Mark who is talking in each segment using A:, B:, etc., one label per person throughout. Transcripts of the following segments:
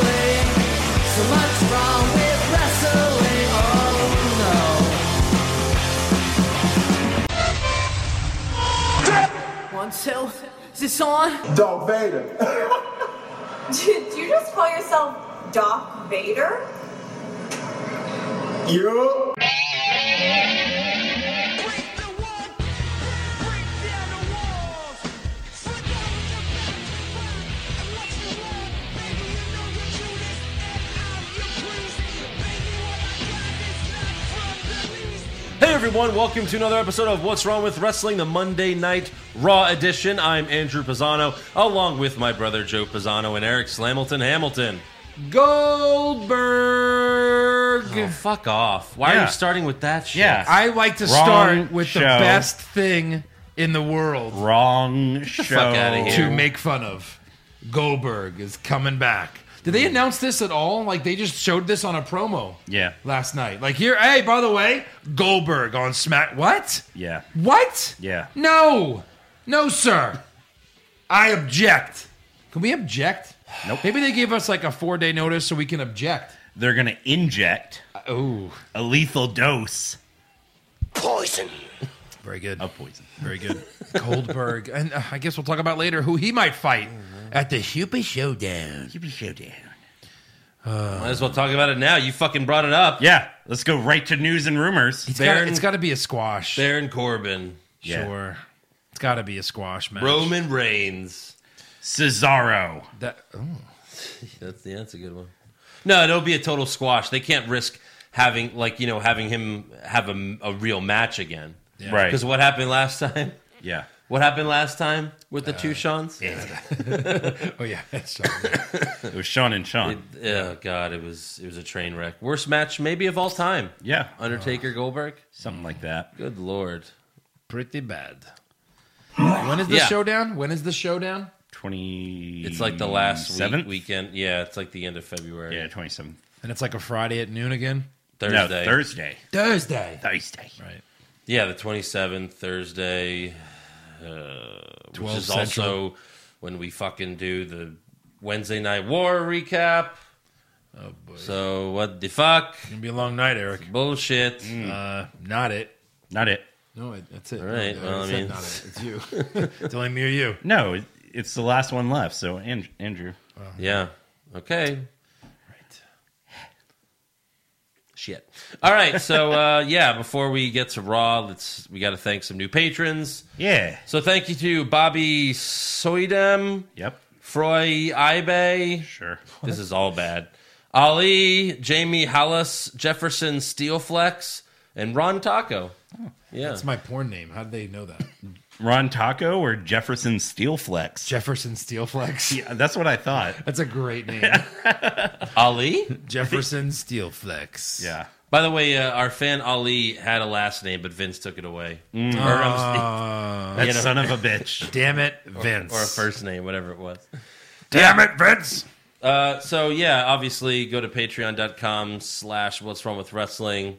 A: Oh,
B: So, is this on?
C: Darth Vader.
D: Did you just call yourself Doc Vader?
C: you?
E: Hey everyone, welcome to another episode of What's Wrong with Wrestling, the Monday Night Raw edition. I'm Andrew Pisano, along with my brother Joe Pisano and Eric Slamilton Hamilton.
A: Goldberg.
E: Oh, fuck off. Why are
A: Yeah.
E: you starting with that shit?
F: Yeah.
A: I like to
F: Wrong
A: start with the
F: show.
A: best thing in the world
F: Wrong show.
E: fuck outta here.
A: to make fun of. Goldberg is coming back. Did they announce this at all? Like they just showed this on a promo.
F: Yeah.
A: Last night. Like here, hey, by the way, Goldberg on Smack. What?
F: Yeah.
A: What?
F: Yeah.
A: No. No, sir. I object. Can we object?
F: Nope.
A: Maybe they gave us like a four day notice so we can object.
F: They're going to inject
A: Oh,
F: a lethal dose
A: very good.
F: of poison.
A: Very good. Goldberg. And uh, I guess we'll talk about later who he might fight at the Super Showdown.
F: Give me showdown.
E: Might as well talk about it now. You fucking brought it up.
F: Yeah. Let's go right to news and rumors.
A: It's gotta-
E: Baron-
A: it's got to be a squash.
E: Baron Corbin,
F: Yeah.
A: Sure. It's got to be a squash match.
E: Roman Reigns.
F: Cesaro.
A: That, oh.
E: That's, yeah, that's a good one. No, it'll be a total squash. They can't risk having, like, you know, having him have a, a real match again.
F: Right.
E: Because what happened last time?
F: Yeah.
E: What happened last time with the two Sean's?
A: oh, yeah. That's something.
F: It was Sean and Sean.
E: Oh god, it was it was a train wreck. Worst match maybe of all time.
F: Yeah.
E: Undertaker Goldberg.
F: Something like that.
E: Good lord.
A: pretty bad. When is the
E: Yeah.
A: showdown? When is the showdown?
F: 20.
E: It's like the last week,
F: Seventh?
E: weekend. Yeah, it's like the end of February.
F: Yeah, 27th.
A: And it's like a Friday at noon again?
F: No,
E: Thursday.
F: Thursday.
A: Thursday.
F: Thursday.
A: Right.
E: yeah, the twenty seventh Thursday. Uh, which
A: 12
E: is
A: Central.
E: also when we fucking do the Wednesday night war recap.
A: Oh, boy. It's
E: So what the fuck?
A: going to be a long night, Eric.
E: Bullshit.
A: Uh, not it.
F: Not it.
A: No, it, that's it.
E: Hmm. All right,
A: No,
E: well, I
A: said
E: mean-
A: not it. It's you. it's only me or you.
F: No, it- it's the last one left. So, An- Andrew.
E: Yeah. Okay. Shit. All right. So uh, yeah, before we get to Raw, let's we got to thank some new patrons.
F: Yeah.
E: So thank you to Bobby Soidem,
F: Yep.
E: Froy Ibe.
F: Sure.
E: This is all bad. Ali, Jamie Hallis, Jefferson Steelflex, and Ron Taco. yeah.
A: That's my porn name. How did they know that?
F: Ron Taco or Jefferson Steelflex?
A: Jefferson Steelflex.
F: yeah, that's what I thought.
A: That's a great name.
E: Ali.
A: Jefferson Steelflex.
F: Yeah.
E: By the way, uh, our fan Ali had a last name, but Vince took it away. Or, I'm-
A: Uh,
F: That
E: You know-
F: son of a bitch.
A: damn it, Vince.
E: um, or a first name, whatever it was.
A: Damn it, Vince.
E: Uh, so yeah, obviously go to patreon.com slash what's wrong with wrestling.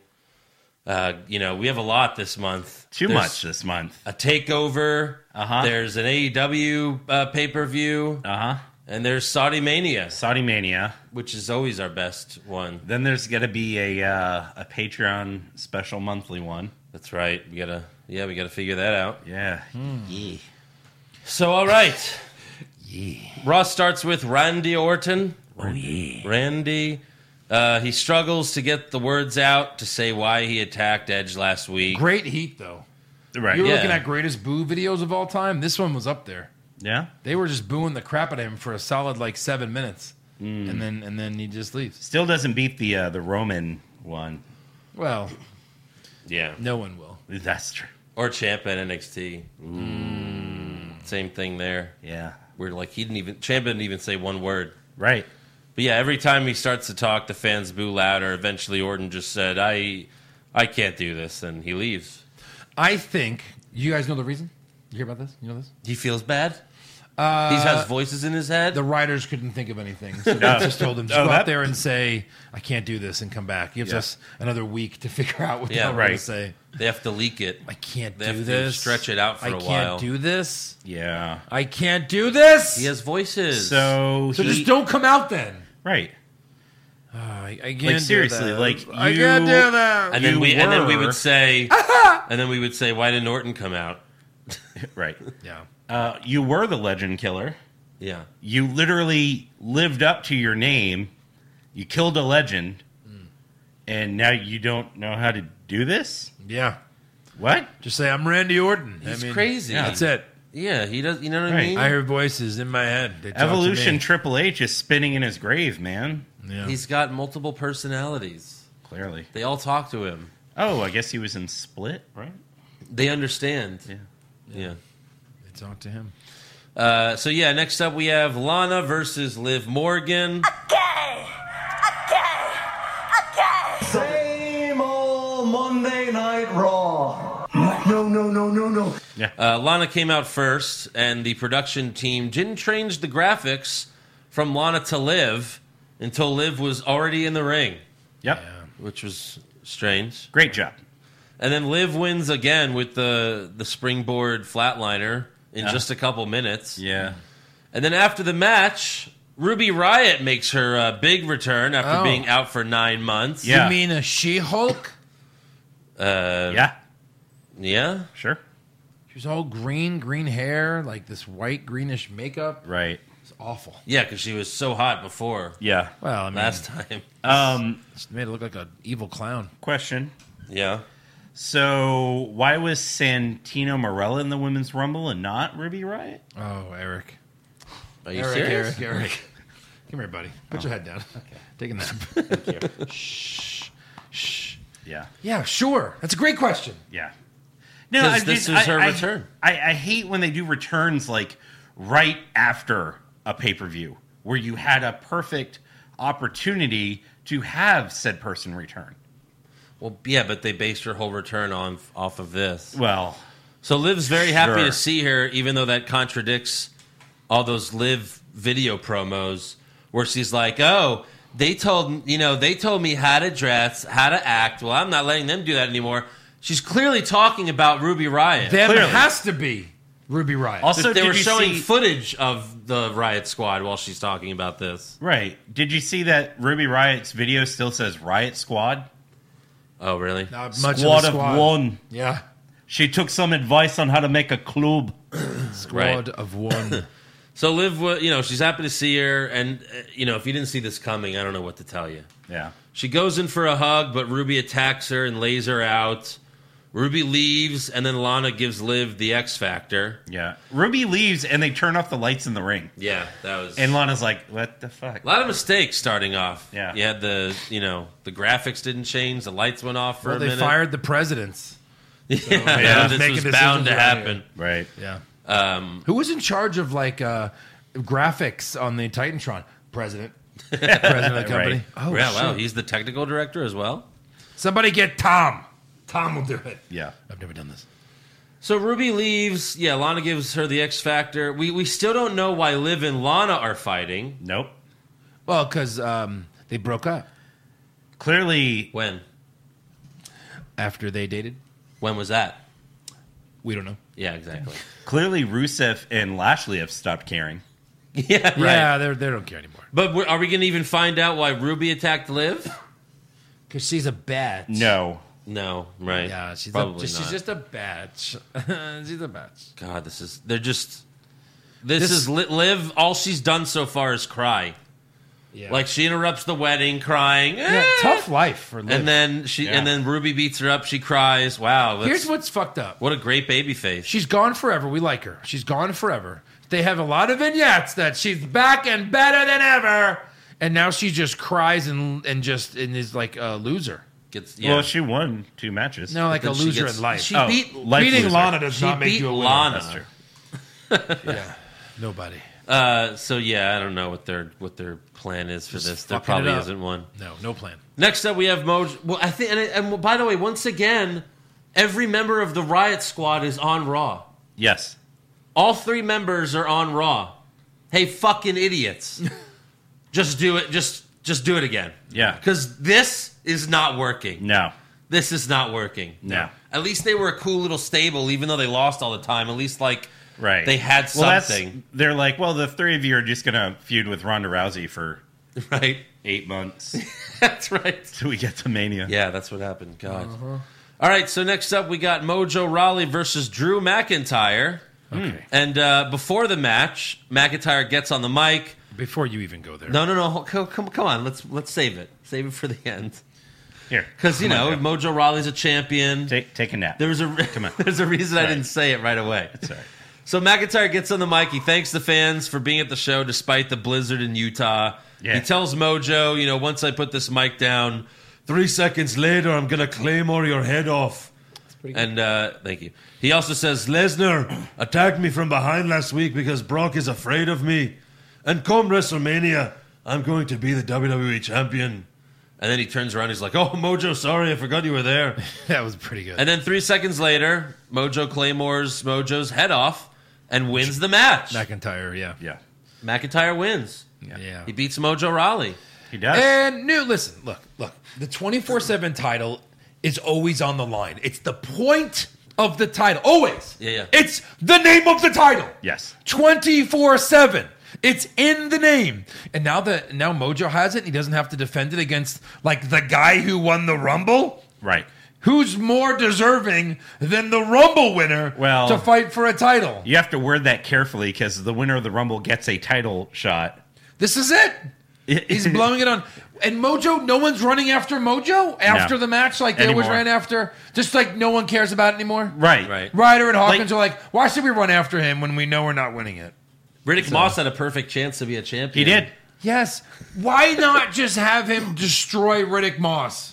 E: Uh, you know, we have a lot this month.
F: Too
E: There's
F: much this month.
E: A takeover.
F: Uh-huh.
E: There's an AEW uh, pay per view,
F: Uh huh.
E: and there's Saudi Mania,
F: Saudi Mania.
E: which is always our best one.
F: Then there's gonna be a uh, a Patreon special monthly one.
E: That's right. We gotta, yeah, we gotta figure that out.
F: Yeah. Yeah.
E: So all right, yeah. Raw starts with Randy Orton.
F: Oh yeah.
E: Randy. Uh, he struggles to get the words out to say why he attacked Edge last week.
A: Great heat, though.
F: Right.
A: You were
E: Yeah.
A: looking at greatest boo videos of all time. This one was up there.
F: Yeah.
A: They were just booing the crap out of him for a solid like seven minutes,
E: Hmm.
A: and then and then he just leaves.
F: Still doesn't beat the uh, the Roman one.
A: Well,
E: Yeah.
A: no one will.
F: That's true.
E: Or Champ at NXT. Mm. Same thing there.
F: Yeah.
E: We're like he didn't even Champ didn't even say one word.
F: Right.
E: But yeah, every time he starts to talk, the fans boo louder. Eventually, Orton just said, "I, I can't do this," and he leaves.
A: I think you guys know the reason. You hear about this? You know this?
E: He feels bad. Uh, he has voices in his head.
A: The writers couldn't think of anything, so they just told him just
F: Oh,
A: go
F: that-
A: out there and say, "I can't do this," and come back. Gives
F: Yeah.
A: us another week to figure out what
E: Yeah,
A: the hell we're
F: right.
A: gonna say.
E: they have to leak it.
A: I can't
E: They
A: do
E: have to
A: this.
E: stretch it out for
A: I
E: a
A: can't
E: while.
A: do this.
F: Yeah.
A: I can't do this.
E: He has voices.
F: So,
A: so
F: he,
A: just don't come out then.
F: right.
A: Oh, I, I can't
F: Like
A: do
F: seriously,
A: that.
F: like
A: I
F: you
A: can't do that.
E: and then
F: You
E: we and then we
F: were-
E: would say, and then we would say, "Why didn't Orton come out?"
F: right.
A: Yeah.
F: Uh, you were the legend killer.
E: Yeah.
F: You literally lived up to your name. You killed a legend, and now you don't know how to do this.
A: Yeah.
F: What?
A: Just say I'm Randy Orton.
E: He's
A: I mean,
E: crazy.
A: That's it.
E: Yeah, he does. You know what I
F: Right.
E: mean?
A: I hear voices in my head. They talk to
F: Evolution
A: me.
F: Triple H is spinning in his grave, man.
A: Yeah.
E: He's got multiple personalities.
F: Clearly.
E: They all talk to him.
F: Oh, I guess he was in Split, right?
E: They understand.
F: Yeah.
E: Yeah.
A: they talk to him.
E: Uh, so yeah, next up we have Lana versus Liv Morgan.
B: Same old Monday Night Raw. No, no, no, no, no.
E: Uh, Lana came out first, and the production team didn't change the graphics from Lana to Liv until Liv was already in the ring,
F: Yep.
E: which was strange.
F: Great job.
E: And then Liv wins again with the the springboard flatliner in
F: Uh.
E: just a couple minutes.
F: Yeah.
E: And then after the match, Ruby Riot makes her uh, big return after
A: Oh.
E: being out for nine months.
F: Yeah.
A: You mean a She-Hulk?
F: yeah.
E: Uh, Yeah.
F: Sure.
A: She was all green, green hair, like this white greenish makeup.
F: Right.
A: It's awful.
E: Yeah, because she was so hot before
F: Yeah.
A: Well, I mean,
E: last time.
F: Um,
A: it's made it look like an evil clown.
F: question.
E: Yeah.
F: So, why was Santino Morella in the Women's Rumble and not Ruby Riot?
A: Oh, Eric.
E: Are you
A: Eric,
E: serious?
A: Eric, Eric. Come here, buddy. Put your head down. Okay. Take a nap. Shh. Shh.
F: Yeah.
A: Yeah, sure. That's a great question.
F: Yeah. No,
E: 'Cause
F: I
E: this
F: just-
E: is
F: I-
E: her
F: I-
E: return.
F: I, I hate when they do returns like right after a pay per view where you had a perfect opportunity to have said person return.
E: Well, yeah, but they based her whole return on off of this.
F: Well,
E: So Liv's very happy
F: Sure.
E: to see her, even though that contradicts all those Liv video promos where she's like, "Oh, they told you know they told me how to dress, how to act. Well, I'm not letting them do that anymore." She's clearly talking about Ruby Riot.
A: Them
F: Clearly.
A: has to be Ruby Riot.
F: also,
E: they
F: did
E: were
F: you
E: showing
F: see-
E: footage of the Riot Squad while she's talking about this.
F: Right. Did you see that Ruby Riot's video still says Riot Squad?
E: Oh, really?
A: Not
F: Squad,
A: much of, a squad.
F: of one.
A: Yeah.
F: She took some advice on how to make a club.
A: Squad
E: Right.
A: of one.
E: So Liv, wa- you know, she's happy to see her, and uh, you know, if you didn't see this coming, I don't know what to tell you.
F: Yeah.
E: She goes in for a hug, but Ruby attacks her and lays her out. Ruby leaves, and then Lana gives Liv the X Factor.
F: Yeah. Ruby leaves and they turn off the lights in the ring.
E: Yeah, that was
F: And Lana's like, what the fuck?
E: a lot of mistakes starting off.
F: Yeah.
E: you had the you know the graphics didn't change, the lights went off for
A: well,
E: a
A: they
E: minute.
A: fired the presidents.
E: yeah,
F: yeah.
E: this
A: Making
E: was
A: decisions
E: bound to
A: right
E: happen.
F: Right.
A: Yeah. Um, Who was in charge of like uh, graphics on the Titantron? President. President of the company.
F: Right.
A: Oh,
E: yeah, wow,
A: shit.
E: he's the technical director as well.
A: Somebody get Tom. Tom will do it.
F: Yeah.
A: I've never done this.
E: So Ruby leaves. Yeah, Lana gives her the X Factor. We we still don't know why Liv and Lana are fighting.
F: Nope.
A: Well, because um, they broke up
F: Clearly,
E: When
A: after they dated.
E: when was that?
A: We don't know.
E: Yeah, exactly.
F: clearly Rusev and Lashley have stopped caring.
E: Yeah, right.
A: Yeah, they they don't care anymore
E: But we- are we going to even find out why Ruby attacked Liv?
A: because she's a bat.
F: No.
E: No, right?
A: Yeah, she's
E: probably
A: a, just,
E: not.
A: she's just a batch. she's a batch.
E: God, this is they're just. This,
A: This-
E: is Li- Liv. All she's done so far is cry.
A: Yeah.
E: Like she interrupts the wedding, crying.
A: yeah,
E: "Ah!"
A: tough life for Liv.
E: And then she and
F: Yeah.
E: then Ruby beats her up. She cries. Wow, that's,
A: here's what's fucked up.
E: what a great baby face.
A: She's gone forever. We like her. She's gone forever. They have a lot of vignettes that she's back and better than ever. And now she just cries and and just and is like a loser.
E: Gets, yeah.
F: Well, she won two matches.
A: No, like a
E: then she
A: loser
E: gets-
A: in life.
E: she
F: Oh,
E: beat
F: life
A: beating
F: loser.
A: Lana does
E: she
A: not make
E: beat
A: you a winner.
F: That's true.
E: Lana.
A: Yeah, nobody.
E: Uh, so yeah, I don't know what their what their plan is for this. There
A: fucking it
E: probably
A: up.
E: isn't one.
A: No, no plan.
E: Next up, we have Mojo. Well, I think, and, and by the way, once again, every member of the Riot Squad is on Raw.
F: Yes.
E: All three members are on Raw. Hey, fucking idiots! just do it. Just just do it again.
F: Yeah.
E: Because this is not working.
F: No.
E: This is not working.
F: No.
E: At least they were a cool little stable, even though they lost all the time. At least like
F: Right.
E: they had
F: Well, that's-
E: something,
F: they're like, well, the three of you are just going to feud with Ronda Rousey for
E: right?
F: eight months
E: That's right.
F: till we get to Mania.
E: Yeah, that's what happened. God. All All right, so next up we got Mojo Raleigh versus Drew McIntyre.
F: Hmm.
A: Okay.
E: And uh, before the match, McIntyre gets on the mic.
A: Before you even go there.
E: No, no, no. Come, come, come on. Let's let's save it. Save it for the end.
F: Here,
E: Because you
F: Come
E: know
F: on, Joe.
E: Mojo Raleigh's a champion.
F: take take a nap.
E: There was a
F: Come on.
E: there's a reason I
F: Sorry.
E: didn't say it right away.
F: Sorry.
E: So McIntyre gets on the mic. He thanks the fans for being at the show despite the blizzard in Utah.
F: Yeah.
E: He tells Mojo, you know, once I put this mic down, three seconds later, I'm gonna claymore your head off. And uh, thank you. He also says Lesnar attacked me from behind last week because Brock is afraid of me, and come WrestleMania, I'm going to be the WWE champion. And then he turns around. He's like, "Oh, Mojo, sorry, I forgot you were there."
A: That was pretty good.
E: And then three seconds later, Mojo Claymore's Mojo's head off and wins the match.
A: McIntyre, yeah.
F: Yeah,
E: McIntyre wins.
A: Yeah.
E: He beats Mojo Raleigh.
F: he does.
E: Eh.
A: And new, listen, look, look. The twenty four seven title is always on the line. It's the point of the title, always.
E: Yeah, yeah.
A: It's the name of the title.
F: Yes.
A: twenty four seven. It's in the name. And now that now Mojo has it, and he doesn't have to defend it against like the guy who won the Rumble.
F: right.
A: Who's more deserving than the Rumble winner
F: Well-
A: to fight for a title?
F: You have to word that carefully because the winner of the Rumble gets a title shot.
A: This is it. He's blowing it on. And Mojo, no one's running after Mojo after
F: No.
A: the match like they always
F: Anymore.
A: ran after. Just like no one cares about it anymore.
F: Right.
E: Right.
A: Ryder and Hawkins
F: Like-
A: are like, why should we run after him when we know we're not winning it?
E: Riddick Moss had a perfect chance to be a champion.
F: He did.
A: Yes. Why not just have him destroy Riddick Moss?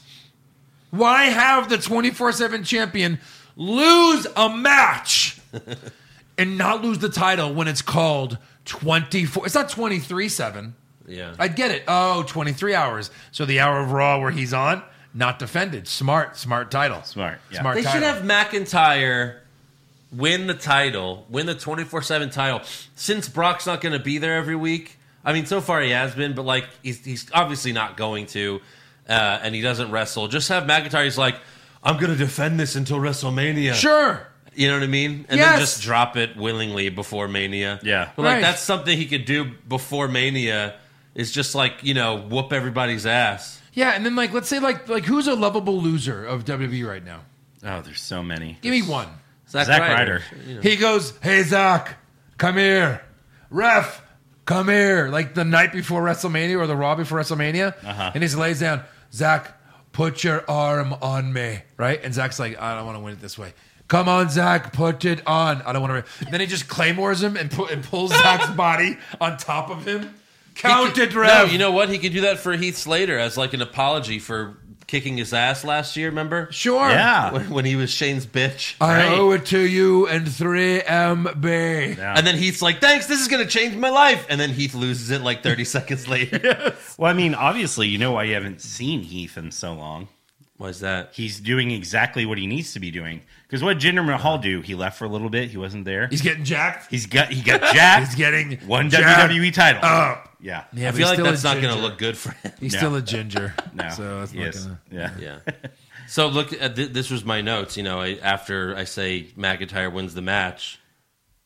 A: Why have the 24 7 champion lose a match and not lose the title when it's called 24? It's not 23 7.
E: Yeah.
A: I'd get it. Oh, 23 hours. So the hour of Raw where he's on, not defended. Smart, smart title.
F: Smart, yeah.
A: Smart
E: they should
A: title.
E: have McIntyre win the title, win the 24 7 title. Since Brock's not going to be there every week, I mean, so far he has been, but like, he's, he's obviously not going to, uh, and he doesn't wrestle. Just have McIntyre, he's like, I'm going to defend this until WrestleMania.
A: Sure.
E: You know what I mean? And
A: Yes.
E: then just drop it willingly before Mania.
F: Yeah.
E: But like
A: Right.
E: that's something he could do before Mania is just like, you know, whoop everybody's ass.
A: Yeah, and then like let's say like like who's a lovable loser of WWE right now?
F: Oh, there's so many.
A: Give me one.
E: Zack,
F: Zack
E: Ryder.
F: Ryder.
E: You know.
A: He goes, "Hey Zach, come here, ref, come here." Like the night before WrestleMania or the Raw before WrestleMania,
F: Uh-huh.
A: and he lays down, Zach, put your arm on me, right? And Zach's like, "I don't want to win it this way." Come on, Zach, put it on. I don't want to. Then he just claymores him and put and pulls Zach's body on top of him. Count
E: He could-
A: it, ref.
E: Oh, No, you know what? He could do that for Heath Slater as like an apology for kicking his ass last year, remember?
A: sure.
F: Yeah.
E: When, when he was Shane's bitch.
A: I
F: Right.
A: owe it to you and 3MB.
F: Yeah.
E: And then Heath's like, thanks, this is going to change my life. And then Heath loses it like 30 seconds later.
F: Well, I mean, obviously, you know why you haven't seen Heath in so long.
E: Why is that?
F: He's doing exactly what he needs to be doing. Because what did Jinder Mahal do? He left for a little bit. He wasn't there.
A: He's getting jacked.
F: He's got he got jacked.
A: He's getting
F: one
A: jacked
F: WWE title.
A: up.
F: E Yeah.
A: Yeah, but
E: I feel
A: he's
E: like
A: still a
E: that's not going to
A: ginger.
E: look good for him.
A: He's
F: No.
A: still a ginger.
F: No.
A: So that's
F: He
A: not
F: is.
A: gonna.
F: Yeah.
E: Yeah. So look, at th- this was my notes. You know, I, after I say McIntyre wins the match,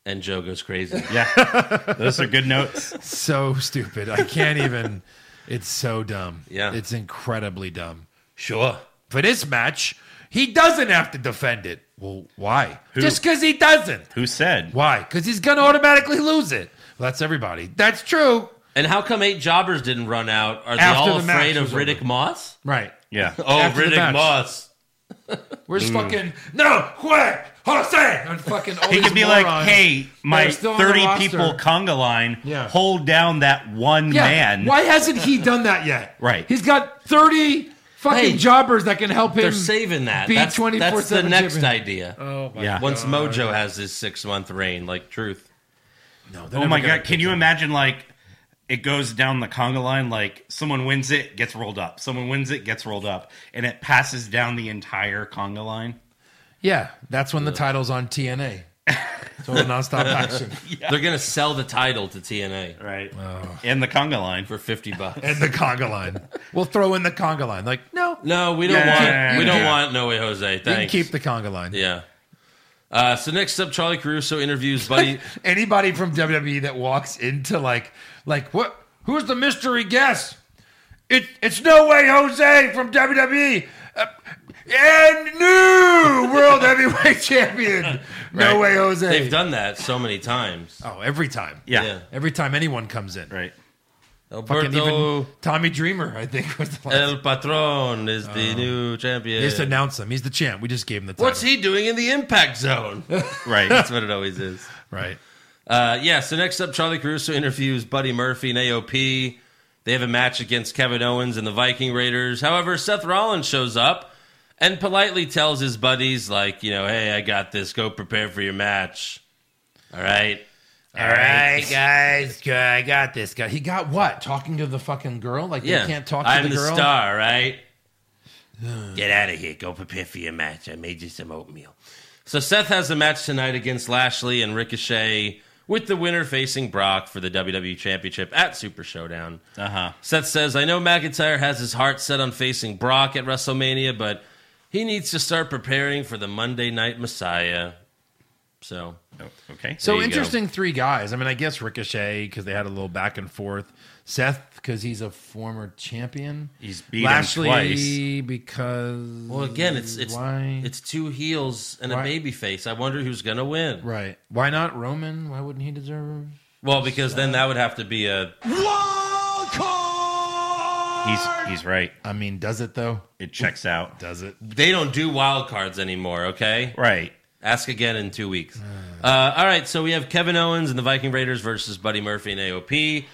E: and Joe goes crazy.
F: Yeah. Those are good notes.
A: So stupid. I can't even. It's so dumb.
E: Yeah.
A: It's incredibly dumb.
E: sure.
A: For this match, he doesn't have to defend it. Well, why?
F: Who?
A: Just because he doesn't.
F: Who said?
A: Why? Because he's gonna automatically lose it. Well, that's everybody. That's true.
E: And how come eight jobbers didn't run out? Are they
A: After
E: all
A: the match
E: afraid of
A: was over.
E: Riddick Moss?
A: Right.
F: Yeah.
E: Oh,
A: After the
E: Riddick
A: match.
E: Moss.
A: Where's fucking no quit Jose and fucking all
F: He
A: these
F: could be
A: morons.
F: like, "Hey, my
A: They're still on the
F: thirty
A: roster.
F: people conga line,
A: Yeah.
F: hold down that one
A: Yeah,
F: man."
A: Why hasn't he done that yet?
F: Right.
A: He's got thirty fucking
E: Hey,
A: jobbers that can help him.
E: They're saving that.
A: beat
E: That's,
A: 24/7
E: that's the next
A: champion.
E: idea.
A: Oh my
F: Yeah.
E: Once Mojo has his six month reign, like truth.
A: No,
F: oh my god! Can you imagine like it goes down the conga line? Like someone wins it, gets rolled up. Someone wins it, gets rolled up, and it passes down the entire conga line.
A: Yeah, that's when the title's on TNA. Total nonstop action.
E: They're gonna sell the title to TNA
F: Right. And the conga line.
E: for fifty bucks.
A: And the conga line. We'll throw in the conga line. Like, no,
E: no, we don't
F: Yeah,
E: want.
F: yeah, yeah,
E: we
F: yeah.
E: don't want. No way, Jose.
A: you can
E: Thanks.
A: keep the conga line.
E: yeah. Uh, so next up, Charlie Caruso interviews Buddy.
A: Anybody from WWE that walks into like, like what? Who's the mystery guest? It, it's no way Jose from WWE. Uh, and new world heavyweight champion. No
F: Right.
A: way, Jose.
E: They've done that so many times.
A: oh, every time.
F: Yeah.
E: Yeah.
A: Every time anyone comes in.
F: Right.
A: Fucking
E: Alberto
A: even Tommy Dreamer, I think, was the last.
E: El Patron is the new champion.
A: They just announce him. He's Oh. the champ. We just gave him the title.
E: What's he doing in the impact zone?
F: Right.
E: That's what it always is.
A: Right.
E: Uh, yeah, so next up, Charlie Caruso interviews Buddy Murphy and AOP. They have a match against Kevin Owens and the Viking Raiders. However, Seth Rollins shows up and politely tells his buddies, like, you know, hey, I got this. Go prepare for your match. All right.
A: All right, guys. I got this guy. He got what? Talking to the fucking girl? Like,
E: Yeah.
A: they can't talk to
E: I'm
A: the
E: the,
A: girl?
E: star, right? Get out of here. Go prepare for your match. I made you some oatmeal. So Seth has a match tonight against Lashley and Ricochet, with the winner facing Brock for the WWE Championship at Super Showdown.
F: Uh huh.
E: Seth says, I know McIntyre has his heart set on facing Brock at WrestleMania, but he needs to start preparing for the Monday Night Messiah. So,
F: Oh, Okay.
A: So
E: There you go.
A: interesting three guys. I mean, I guess Ricochet because they had a little back and forth. Seth because he's a former champion.
F: He's beat him
A: Lashley
F: twice.
A: because
E: well, again, it's it's
A: why
E: it's two heels and a
A: Why?
E: baby face. I wonder who's going to win.
A: right. Why not Roman? Why wouldn't he deserve?
E: Well, because
A: Uh.
E: then that would have to be a
B: Wild card!
F: he's he's right.
A: I mean, does it though?
F: It checks out.
A: Does it?
E: they don't do wild cards anymore, okay?
F: Right.
E: Ask again in two weeks. Uh, all right, so we have Kevin Owens and the Viking Raiders versus Buddy Murphy and AOP,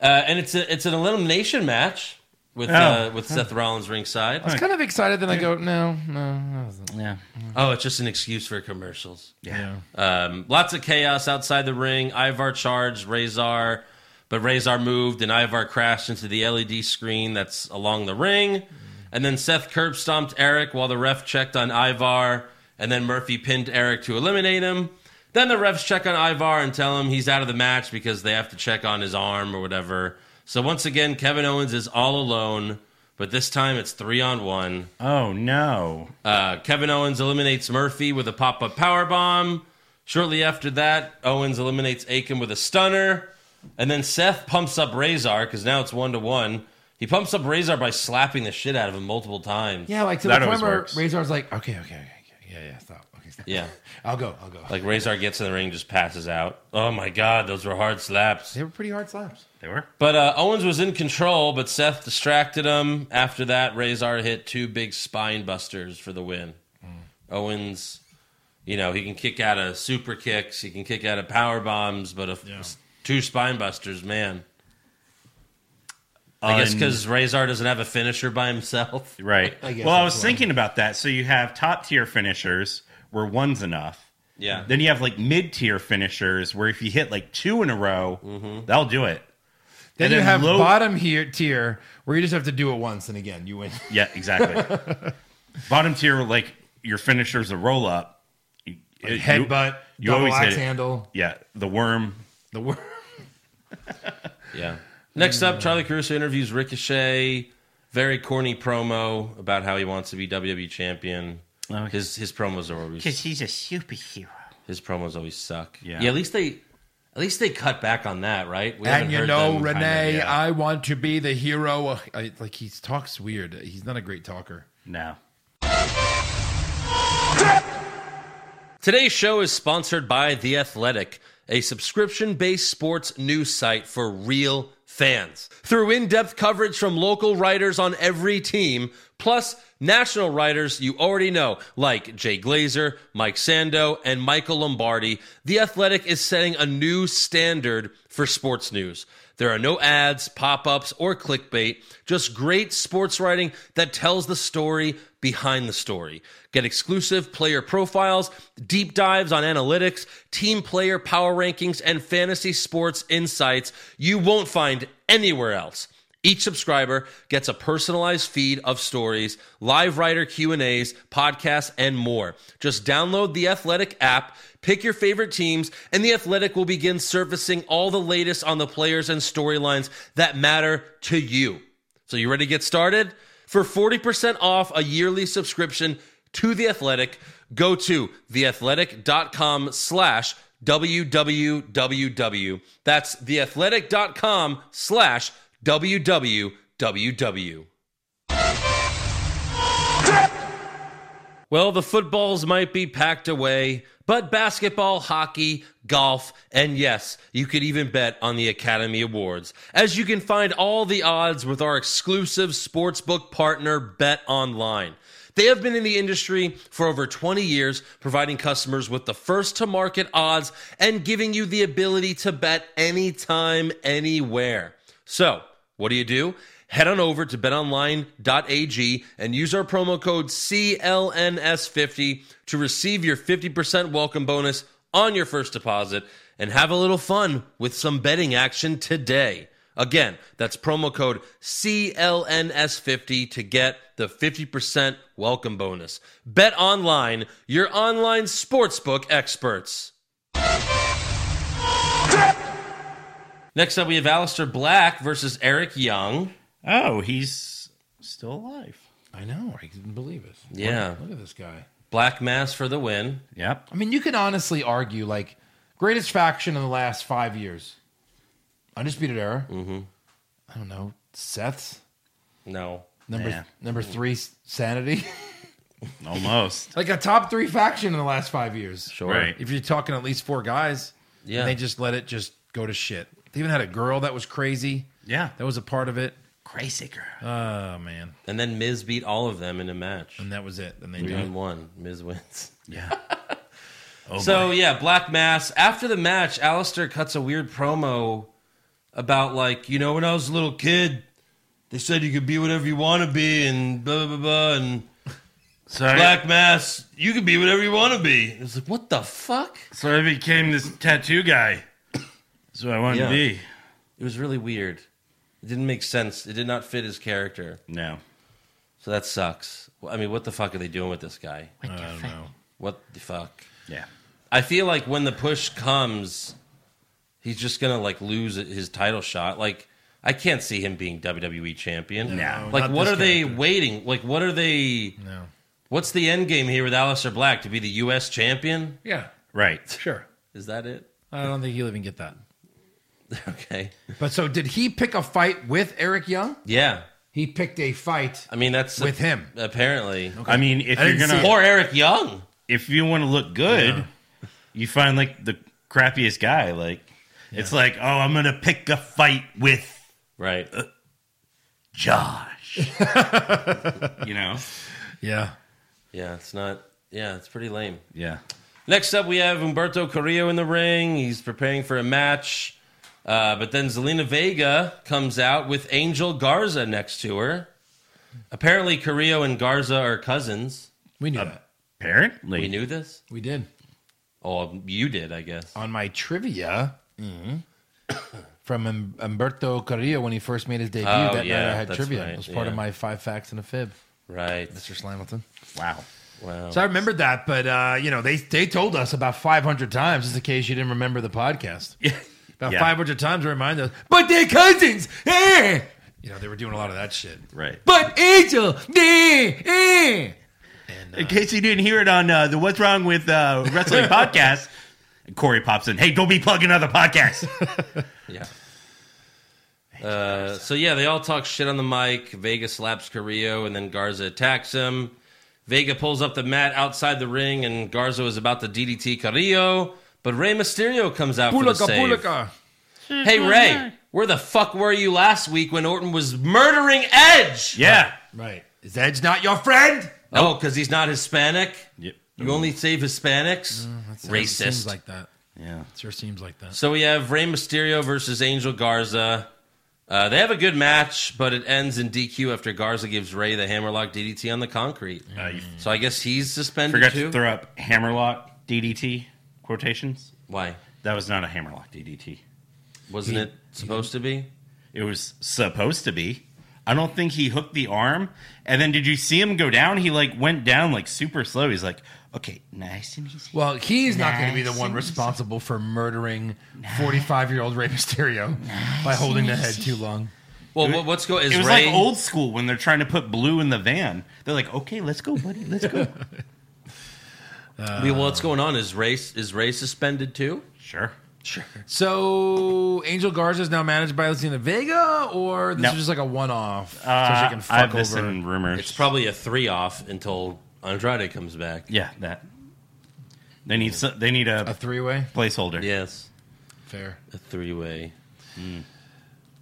E: uh, and it's a, it's an elimination match with uh,
F: Oh.
E: with Seth Rollins ringside.
A: I was kind of excited. Then I go, no, no, that wasn't.
F: Yeah.
E: Oh, it's just an excuse for commercials.
A: Yeah.
E: Um, lots of chaos outside the ring. Ivar charged Razor, but Razor moved and Ivar crashed into the LED screen that's along the ring. And then Seth curb stomped Eric while the ref checked on Ivar. And then Murphy pinned Eric to eliminate him. Then the refs check on Ivar and tell him he's out of the match because they have to check on his arm or whatever. So once again, Kevin Owens is all alone, but this time it's three on one.
F: Oh no.
E: Uh, Kevin Owens eliminates Murphy with a pop up power bomb. Shortly after that, Owens eliminates Aiken with a stunner, and then Seth pumps up Razor because now it's one to one. He pumps up Razor by slapping the shit out of him multiple times.
A: Yeah, like to
F: That
A: the point
F: always
A: where
F: works.
A: Razor's like, okay, okay, okay, okay, yeah, yeah, stop. Okay, stop.
E: Yeah.
A: I'll go, I'll go.
E: Like Razor gets in the ring, just passes out. Oh my god, those were hard slaps.
A: they were pretty hard slaps.
F: They were.
E: But uh, Owens was in control, but Seth distracted him. After that, Razor hit two big spine busters for the win. Owens, you know, he can kick out of super kicks, he can kick out of power bombs, but a, two spine busters, man. I guess
F: Un-
E: because Razor doesn't have a finisher by himself.
F: Right.
A: I guess
F: well, I
A: that's
F: was
A: why.
F: thinking about that. So you have top tier finishers where one's enough.
E: Yeah.
F: Then you have like mid tier finishers where if you hit like two in a row,
A: Mm-hmm.
F: that'll do it.
A: Then
F: And
A: you
F: then
A: have
F: low-
A: bottom here tier where you just have to do it once and again you win.
F: Yeah, exactly. Bottom tier, like your finisher's a roll up. You- you-
A: Headbutt,
F: you
A: double
F: always hit
A: axe
F: it.
A: handle,
F: Yeah, the worm.
A: the word.
E: Yeah. Next up, Charlie Caruso interviews Ricochet. Very corny promo about how he wants to be WWE champion.
F: Oh, okay.
E: His his promos are always
F: he's a superhero.
E: His promos always suck.
F: Yeah.
E: Yeah. At least they, at least they cut back on that, right? We
A: And
E: haven't
A: you
E: heard
A: know,
E: them
A: Renee,
E: kinda-
F: yeah.
A: I want to be the hero. I, like he talks weird. He's not a great talker.
F: No.
E: Today's show is sponsored by The Athletic, a subscription based sports news site for real fans. Through in depth coverage from local writers on every team, plus national writers you already know, like Jay Glazer, Mike Sando, and Michael Lombardi, The Athletic is setting a new standard for sports news. There are no ads, pop ups, or clickbait, just great sports writing that tells the story behind the story. Get exclusive player profiles, deep dives on analytics, team player power rankings, and fantasy sports insights you won't find anywhere else. Each subscriber gets a personalized feed of stories, live writer Q&As, podcasts, and more. Just download the Athletic app, pick your favorite teams, and the Athletic will begin surfacing all the latest on the players and storylines that matter to you. So you ready to get started? For 40% off a yearly subscription to The Athletic, go to theathletic.com slash www. That's theathletic.com slash www. Well, the footballs might be packed away, but basketball, hockey, golf, and yes, you could even bet on the Academy Awards. As you can find all the odds with our exclusive sportsbook partner, Bet Online. They have been in the industry for over 20 years, providing customers with the first to market odds and giving you the ability to bet anytime, anywhere. So, what do you do? Head on over to betonline.ag and use our promo code CLNS50 to receive your 50% welcome bonus on your first deposit and have a little fun with some betting action today. Again, that's promo code CLNS50 to get the 50% welcome bonus. Bet online, your online sportsbook experts. Next up, we have Alistair Black versus Eric Young.
F: Oh, he's still alive.
A: I know. I couldn't believe it.
E: Yeah.
A: Look, look at this guy.
E: Black Mass for the win.
F: Yep.
A: I mean, you can honestly argue like greatest faction in the last five years. Undisputed Era. Mm-hmm. I don't know. Seth's
E: No.
A: number
F: Yeah.
A: number three, Sanity.
F: Almost.
A: like a top three faction in the last five years.
E: Sure.
F: Right.
A: If you're talking at least four guys,
E: Yeah.
A: and they just let it just go to shit. They even had a girl that was crazy.
F: Yeah. Uh,
A: That was a part of it.
F: Crazy girl.
A: Oh man,
E: And then Miz beat all of them in a match.
A: and that was it. And they
E: Three
A: did.
E: and one. Miz wins.
F: Yeah. Oh,
E: So
F: boy.
E: yeah, Black Mass. After the match, Alistair cuts a weird promo about like, you know, when I was a little kid, they said you could be whatever you want to be and blah blah blah and
F: so I-
E: Black Mass, you can be whatever you want to be. It's like, what the fuck?
F: So I became this tattoo guy. That's what I wanted
E: Yeah.
F: to be.
E: It was really weird. It didn't make sense. It did not fit his character.
F: No.
E: So that sucks. Well, I mean, what the fuck are they doing with this guy?
A: I don't know.
E: What the fuck?
F: Yeah.
E: I feel like when the push comes, he's just gonna like lose his title shot. Like I can't see him being WWE champion.
F: No,
E: Like
A: not
E: what
A: this
E: are they
A: character.
E: waiting? Like what are they?
A: No.
E: What's the end game here with Aleister Black to be the U.S. champion?
A: Yeah.
F: Right.
A: Sure.
E: Is that it?
A: I don't think he'll even get that.
E: Okay.
A: But so did he pick a fight with Eric Young?
E: Yeah.
A: He picked a fight.
E: I mean that's
A: With him.
E: apparently,
F: I mean, if
A: I
F: you're
A: didn't
F: gonna,
A: see
E: or Eric Young.
F: if you want to look good, you find like the crappiest guy. Like, it's like, oh, I'm gonna pick a fight with
E: Right.
F: Josh. you know?
A: Yeah.
E: Yeah. It's not. Yeah. It's pretty lame.
F: Yeah.
E: Next up, we have Umberto Carrillo in the ring. He's preparing for a match. Uh, but then Zelina Vega comes out with Angel Garza next to her. Apparently, Carrillo and Garza are cousins.
A: We knew that.
F: Apparently,
E: We knew this.
A: Uh, We did.
E: Oh, you did, I guess.
A: On my trivia
E: Mm-hmm.
A: from um, Umberto Carrillo when he first made his debut,
E: Oh,
A: that night
E: yeah,
A: I had
E: that's
A: trivia.
E: right,
A: It was part
E: yeah.
A: of my five facts and a fib,
E: Right.
A: Mr. Slamilton.
F: Wow.
E: Wow.
A: So I remembered that, but uh, you know, they they told us about 500 times just in case you didn't remember the podcast.
F: Yeah.
A: About
F: Yeah.
A: 500 times to remind us, but they're cousins. Eh! You know, they were doing a lot of that shit.
F: Right.
A: But Angel, eh, eh.
F: In case you didn't hear it on uh, the What's Wrong with uh, Wrestling podcast, and Corey pops in. Hey, don't be plugging other podcasts.
E: Yeah. Uh, so yeah, they all talk shit on the mic. Vega slaps Carrillo, and then Garza attacks him. Vega pulls up the mat outside the ring, and Garza is about to DDT Carrillo, but Rey Mysterio comes out for the
A: Pulaka,
E: save.
A: pulaka.
E: Hey Ray, where the fuck were you last week when Orton was murdering Edge?
F: yeah.
A: Right. Is Edge not your friend?
E: Oh, because he's not Hispanic.
F: Yep.
E: You only save Hispanics.
F: Mm,
E: Racist.
A: Seems like that.
F: Yeah.
A: Sure seems like that.
E: So we have Rey Mysterio versus Angel Garza. Uh, they have a good match, but it ends in DQ after Garza gives Ray the hammerlock DDT on the concrete.
F: Uh, you
E: So I guess he's suspended
F: forgot
E: too.
F: to throw up hammerlock DDT quotations.
E: Why
F: That was not a hammerlock DDT.
E: wasn't it supposed to be?
F: It was supposed to be. I don't think he hooked the arm. And then did you see him go down? He like went down like super slow. He's like, okay, nice and easy.
A: Well, he's not going to be the one
F: Nice.
A: responsible for murdering 45 year old Rey Mysterio by holding the head too long.
E: Well, what, what's going? Is
F: It was
E: Ray
F: like old school when they're trying to put blue in the van. They're like, okay, let's go, buddy, let's go.
E: I mean, what's going on? Is Ray is Ray suspended too?
F: sure.
A: So Angel Garza is now managed by Lucina Vega, or this
F: No.
A: is just like a one off, so
F: Uh,
A: she can
F: I have
A: fuck
F: this
A: over.
F: in rumors.
E: It's probably a three off until Andrade comes back.
F: Yeah, that. They need so, they need a,
A: A three way?
F: placeholder.
E: Yes,
A: Fair.
E: a three way.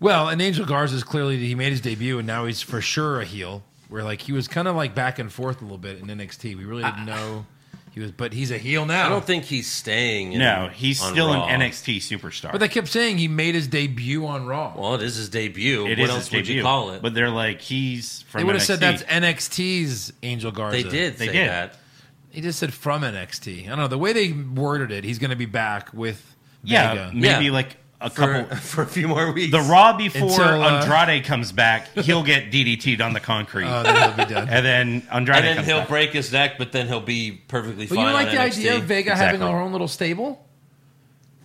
A: Well, and Angel Garza is clearly he made his debut and now he's for sure a heel. Where like he was kind of like back and forth a little bit in NXT. We really didn't know he was, but he's a heel now.
E: I don't think he's staying. In,
F: Oh. No, he's
E: on
F: still
E: Raw.
F: an NXT superstar.
A: But they kept saying he made his debut on Raw.
E: Well, it is his debut. what
F: It is
E: else
F: his
E: would
F: debut.
E: you call it?
F: But they're like he's from.
A: they would have said
F: NXT.
A: that's NXT's Angel Garza.
E: they did.
F: They
E: say
F: did.
E: that.
A: He just said from NXT. I don't know the way they worded it. He's going to be back with
F: yeah,
A: Vega.
F: maybe
E: Yeah.
F: like a
E: for,
F: couple.
E: for a few more weeks.
F: The Raw before
A: Until, uh,
F: Andrade comes back, he'll get DDT'd on the concrete,
A: Oh, then he'll be done.
F: and then Andrade
E: and then
F: comes
E: he'll
F: back.
E: break his neck, but then he'll be perfectly
A: But you
E: fine.
A: don't like
E: on
A: the
E: NXT.
A: idea of Vega having
F: Exactly.
A: her own little stable?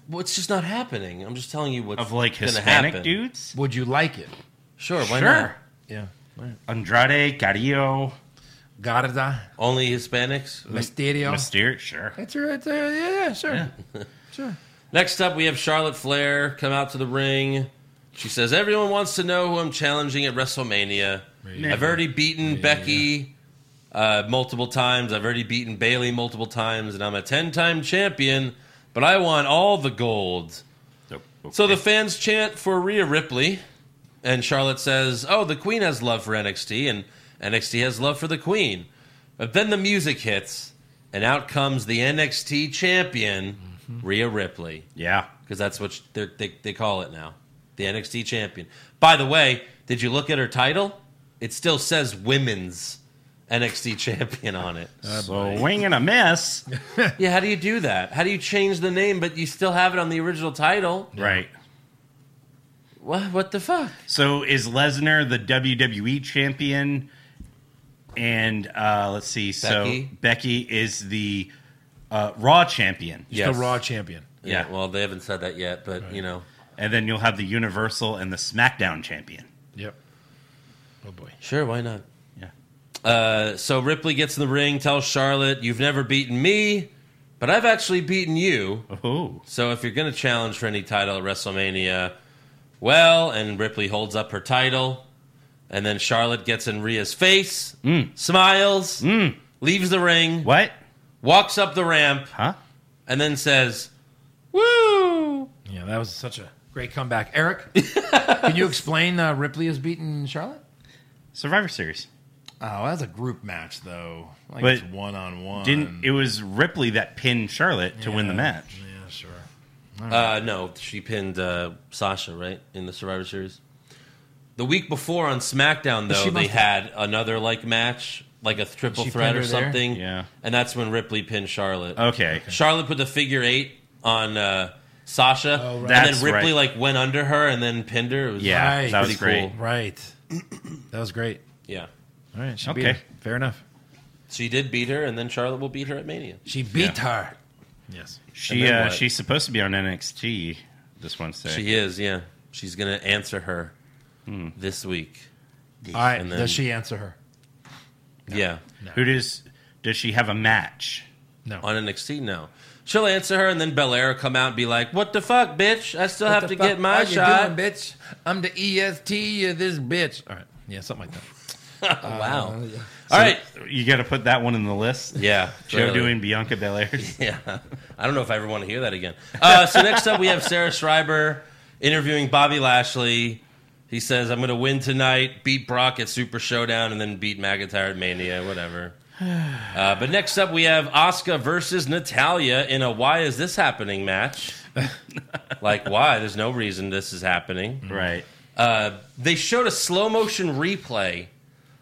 E: Well, it's just not happening. I'm just telling you what's
F: of like
E: gonna
F: Hispanic
E: happen.
F: dudes.
A: Would you like it?
E: Sure, why
F: Sure.
E: not?
A: Yeah.
F: Andrade, Carrillo,
A: Garza,
E: Only Hispanics.
A: Mysterio.
F: Mysterio, sure.
A: it's a, it's a, yeah, yeah, sure. Sure.
E: Next up, we have Charlotte Flair come out to the ring. She says, "Everyone wants to know who I'm challenging at WrestleMania. I've already beaten Becky uh, multiple times. I've already beaten Bailey multiple times, and I'm a ten-time champion. But I want all the gold." So the fans chant for Rhea Ripley, and Charlotte says, "Oh, the Queen has love for NXT, and NXT has love for the Queen." But then the music hits, and out comes the NXT champion, Rhea Ripley,
F: yeah,
E: because that's what sh- they're- they they call it now, the NXT champion. By the way, did you look at her title? It still says Women's NXT champion on it.
F: so wing and a miss,
E: yeah, how do you do that? How do you change the name but you still have it on the original title?
F: right?
E: What what the fuck?
F: So is Lesnar the WWE champion? And uh, let's see. So
E: Becky?
F: Becky is the uh, Raw champion,
A: Just the Raw champion.
E: Yeah,
F: Yeah.
E: well, they haven't said that yet, but you know,
F: and then you'll have the Universal and the SmackDown champion.
A: Yep. Oh, boy.
E: sure, why not?
F: Yeah.
E: Uh, so Ripley gets in the ring, tells Charlotte, "You've never beaten me, but I've actually beaten you.
F: Oh,
E: So if you're going to challenge for any title at WrestleMania, well." And Ripley holds up her title, and then Charlotte gets in Rhea's face,
A: Mm.
E: smiles, leaves the ring,
F: what?
E: walks up the ramp,
F: Huh?
E: and then says, "Woo!"
A: Yeah, that was such a great comeback. Eric, can you explain uh, Ripley has beaten Charlotte?
F: Survivor Series.
A: Oh, that's a group match, though. Like
F: But
A: it's one on one.
F: Didn't it was Ripley that pinned Charlotte to win the match?
A: Yeah, sure. Mm.
E: Uh, no, she pinned uh, Sasha right in the Survivor Series. The week before on SmackDown, though,
A: She
E: they
A: must
E: had another like match, like a triple
A: She
E: threat
A: pinned her
E: or
A: there?
E: something.
F: Yeah.
E: and that's when Ripley pinned Charlotte.
F: Okay.
E: Charlotte put the figure eight on uh, Sasha,
A: Oh, right.
E: and
F: That's
E: then Ripley
F: right.
E: like went under her and then pinned her. It was,
F: Yeah,
A: Right.
F: that was
E: Pretty
F: great.
E: cool.
A: Right. That was great.
E: yeah.
A: All right. She
F: Okay.
A: beat her. Fair enough.
E: She did beat her, and then Charlotte will beat her at Mania.
A: She beat her. Yes.
F: She
E: And then
F: uh,
E: what?
F: she's supposed to be on NXT this Wednesday.
E: She is, yeah. She's gonna answer her
F: Hmm.
E: this week.
A: All right.
E: And then-
A: does she answer her?
E: Yeah.
F: Who does does she have a match?
A: No.
E: on NXT now. She'll answer her, and then Belair will come out and be like, "What the fuck, bitch? I still have to get my shot."
A: bitch. I'm the EST of this bitch. Oh, All right. Yeah, something like that.
F: Oh,
E: wow. All right.
F: You got to put that one in the list.
E: Yeah.
F: Joe
E: really.
F: doing Bianca Belair's.
E: Yeah. I don't know if I ever want to hear that again. Uh, so next up, we have Sarah Schreiber interviewing Bobby Lashley. He says, "I'm going to win tonight, beat Brock at Super Showdown, and then beat McIntyre at Mania, whatever." Uh, but next up, we have Oscar versus Natalia in a "Why is this happening?" match. like, why? There's no reason this is happening.
F: right.
E: uh, they showed a slow motion replay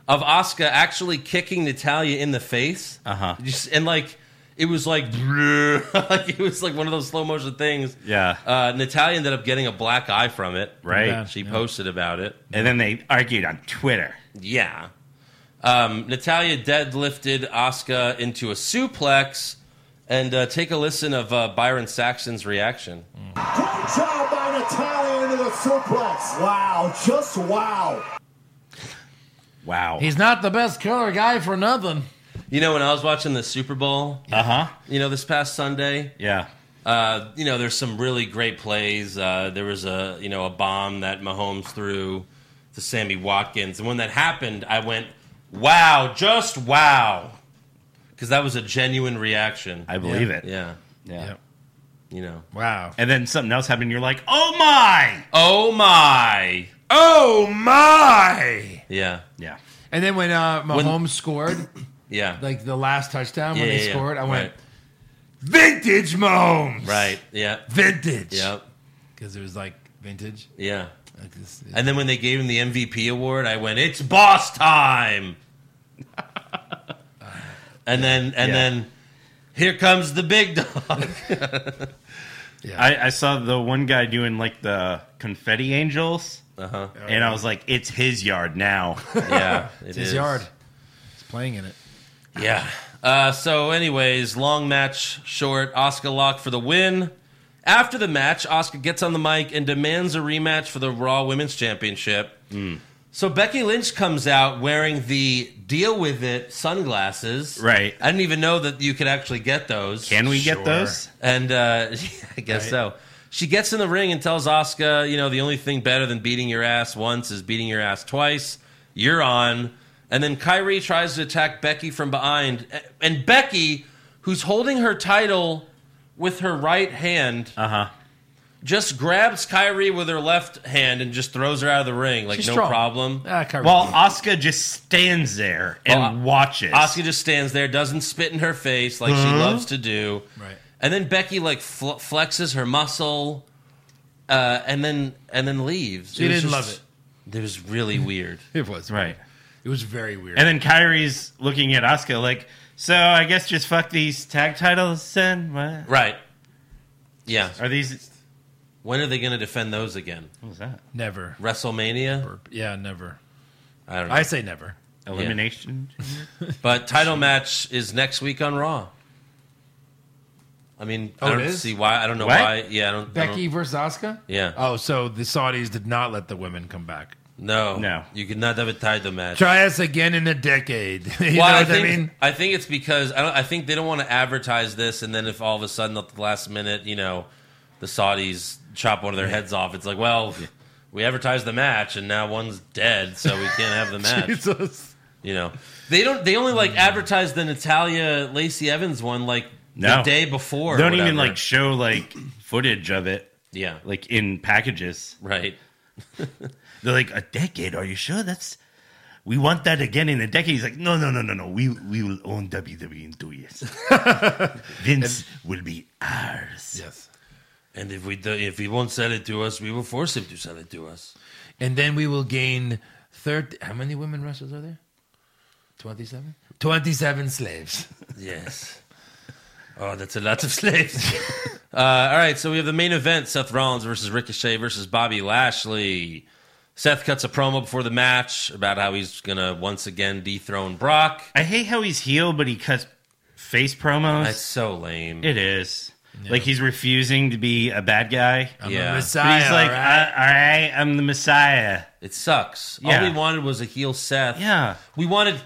E: of Asuka actually kicking Natalia in the face.
F: Uh-huh.
E: Just- And like it was like, like it was like one of those slow motion things.
F: Yeah.
E: Uh, Natalia ended up getting a black eye from it.
F: Right.
A: Yeah.
E: She posted about it.
F: And then they argued on Twitter.
E: Yeah. Um, Natalia deadlifted Asuka into a suplex. And uh, take a listen of uh, Byron Saxon's reaction.
B: Great job by Natalia into the suplex. Wow, just wow.
F: Wow.
A: He's not the best color guy for nothing.
E: You know, when I was watching the Super Bowl,
F: Uh huh.
E: you know, this past Sunday,
F: Yeah.
E: Uh, you know, there's some really great plays. Uh, there was a you know a bomb that Mahomes threw to Sammy Watkins, and when that happened, I went, "Wow, just wow." because that was a genuine reaction.
F: I believe it.
E: yeah,
F: Yeah.
C: Yep.
E: you know.
C: Wow.
F: And then something else happened. And you're like, oh my.
E: Oh my!
A: Oh my!
E: Yeah,
F: Yeah.
C: And then when uh, Mahomes scored,
E: yeah,
C: like the last touchdown when
E: Yeah,
C: they
E: yeah, yeah.
C: scored, I went
E: Right.
A: Vintage Mahomes.
E: right, yeah,
A: Vintage.
E: yep,
C: because it was like vintage.
E: yeah.
C: Like this,
E: And then when they gave him the MVP award, I went, "It's boss time!" and then, and
F: Yeah.
E: then, here comes the big dog.
F: I, I saw the one guy doing like the confetti angels.
E: Uh huh.
F: And I was like, it's his yard now.
E: Yeah, it
C: it's his
E: is.
C: yard. He's playing in it.
E: Yeah. Uh, so, anyways, long match short. Oscar Locke for the win. After the match, Oscar gets on the mic and demands a rematch for the Raw Women's Championship.
C: Hmm.
E: So Becky Lynch comes out wearing the "Deal with It" sunglasses.
F: Right.
E: I didn't even know that you could actually get those.
F: Can we
C: Sure.
F: get those?
E: And uh, I guess so. She gets in the ring and tells Asuka, you know, the only thing better than beating your ass once is beating your ass twice. You're on. And then Kyrie tries to attack Becky from behind. A- And Becky, who's holding her title with her right hand,
F: Uh
C: Uh-huh.
F: huh.
E: just grabs Kyrie with her left hand and just throws her out of the ring. Like,
C: She's
E: no
C: strong.
E: problem.
C: Ah, Kyrie.
F: Well, Oscar just stands there and
E: Well,
F: watches.
E: Asuka just stands there, doesn't spit in her face like
C: Mm-hmm.
E: she loves to do.
C: Right.
E: And then Becky like fl- flexes her muscle, uh, and then and then leaves.
C: She didn't love
E: it. It was really weird.
C: it was
F: right.
C: It was very weird.
F: And then Kyrie's looking at Oscar like, so I guess just fuck these tag titles and what?
E: right. Yeah.
F: Are these?
E: When are they going to defend those again?
F: What was that?
C: never.
E: WrestleMania?
C: Or- Yeah, never.
E: I don't know.
C: I say never.
F: Elimination.
E: but title match is next week on Raw. I mean,
C: Oh,
E: I
C: it
E: don't
C: is?
E: see why. I don't know
F: What?
E: why. Yeah, I don't. I
C: Becky
E: don't-
C: versus Oscar.
E: yeah.
C: Oh, so the Saudis did not let the women come back.
E: no.
F: No.
E: You could not have a title match.
C: Try us again in a decade. you know
E: Well,
C: what
E: I, think,
C: I mean?
E: I think it's because I, don't, I think they don't want to advertise this, and then if all of a sudden at the last minute, you know, the Saudis chop one of their heads off, it's like, well, we advertised the match, and now one's dead, so we can't have the match.
C: Jesus.
E: you know, they don't. They only like advertised the Natalia Lacey Evans one like the
F: No.
E: day before. or
F: Don't even
E: whatever.
F: like show like footage of it,
E: yeah,
F: like in packages.
E: right.
F: They're like, a decade? Are you sure that's? We want that again in a decade. He's like, no, no, no, no, no. We we will own WWE in two years. Vince will be ours.
C: Yes.
E: And if we do, if he won't sell it to us, we will force him to sell it to us.
C: And then we will gain 30. How many women wrestlers are there? 27? 27 slaves.
E: Yes. Oh, that's a lot of slaves. uh, all right, so we have the main event Seth Rollins versus Ricochet versus Bobby Lashley. Seth cuts a promo before the match about how he's going to once again dethrone Brock.
F: I hate how he's heel, but he cuts face promos.
E: That's so lame.
F: It is. Like he's refusing to be a bad guy.
C: I'm
E: Yeah.
C: a
F: But
C: messiah.
F: he's like,
C: all
F: all
C: right?
F: right, all right I'm the Messiah.
E: It sucks.
F: Yeah.
E: All we wanted was a heel Seth.
F: Yeah.
E: We wanted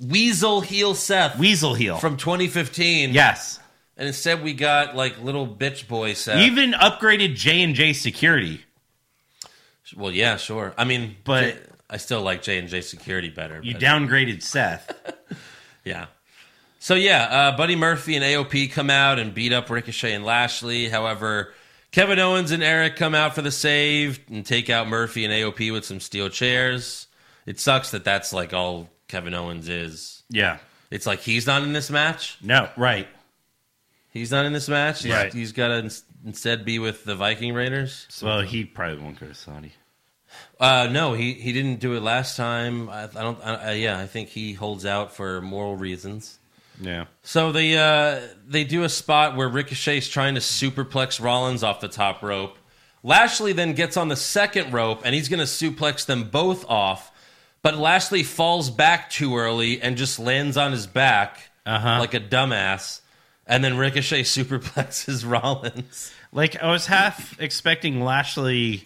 E: Weasel heel Seth
F: Weasel heel.
E: from 2015.
F: yes.
E: And instead we got like little bitch boy Seth.
F: Even upgraded J and J security.
E: well, yeah, sure. I mean,
F: But-
E: J- I still like J&J security better.
F: You
E: but-
F: downgraded Seth.
E: Yeah. So yeah, uh, Buddy Murphy and AOP come out and beat up Ricochet and Lashley. However, Kevin Owens and Eric come out for the save and take out Murphy and AOP with some steel chairs. It sucks that that's like all Kevin Owens is.
F: yeah.
E: It's like he's not in this match.
F: No. Right.
E: He's not in this match. He's,
F: Right.
E: he's got to ins- instead be with the Viking Raiders.
F: Well, he probably won't go to Saudi.
E: Uh, no, he, he didn't do it last time. I, I don't. I, I, yeah, I think he holds out for moral reasons.
F: Yeah.
E: So they uh, they do a spot where Ricochet's trying to superplex Rollins off the top rope. Lashley then gets on the second rope and he's going to suplex them both off, but Lashley falls back too early and just lands on his back like a dumbass. And then Ricochet superplexes Rollins.
F: Like I was half expecting Lashley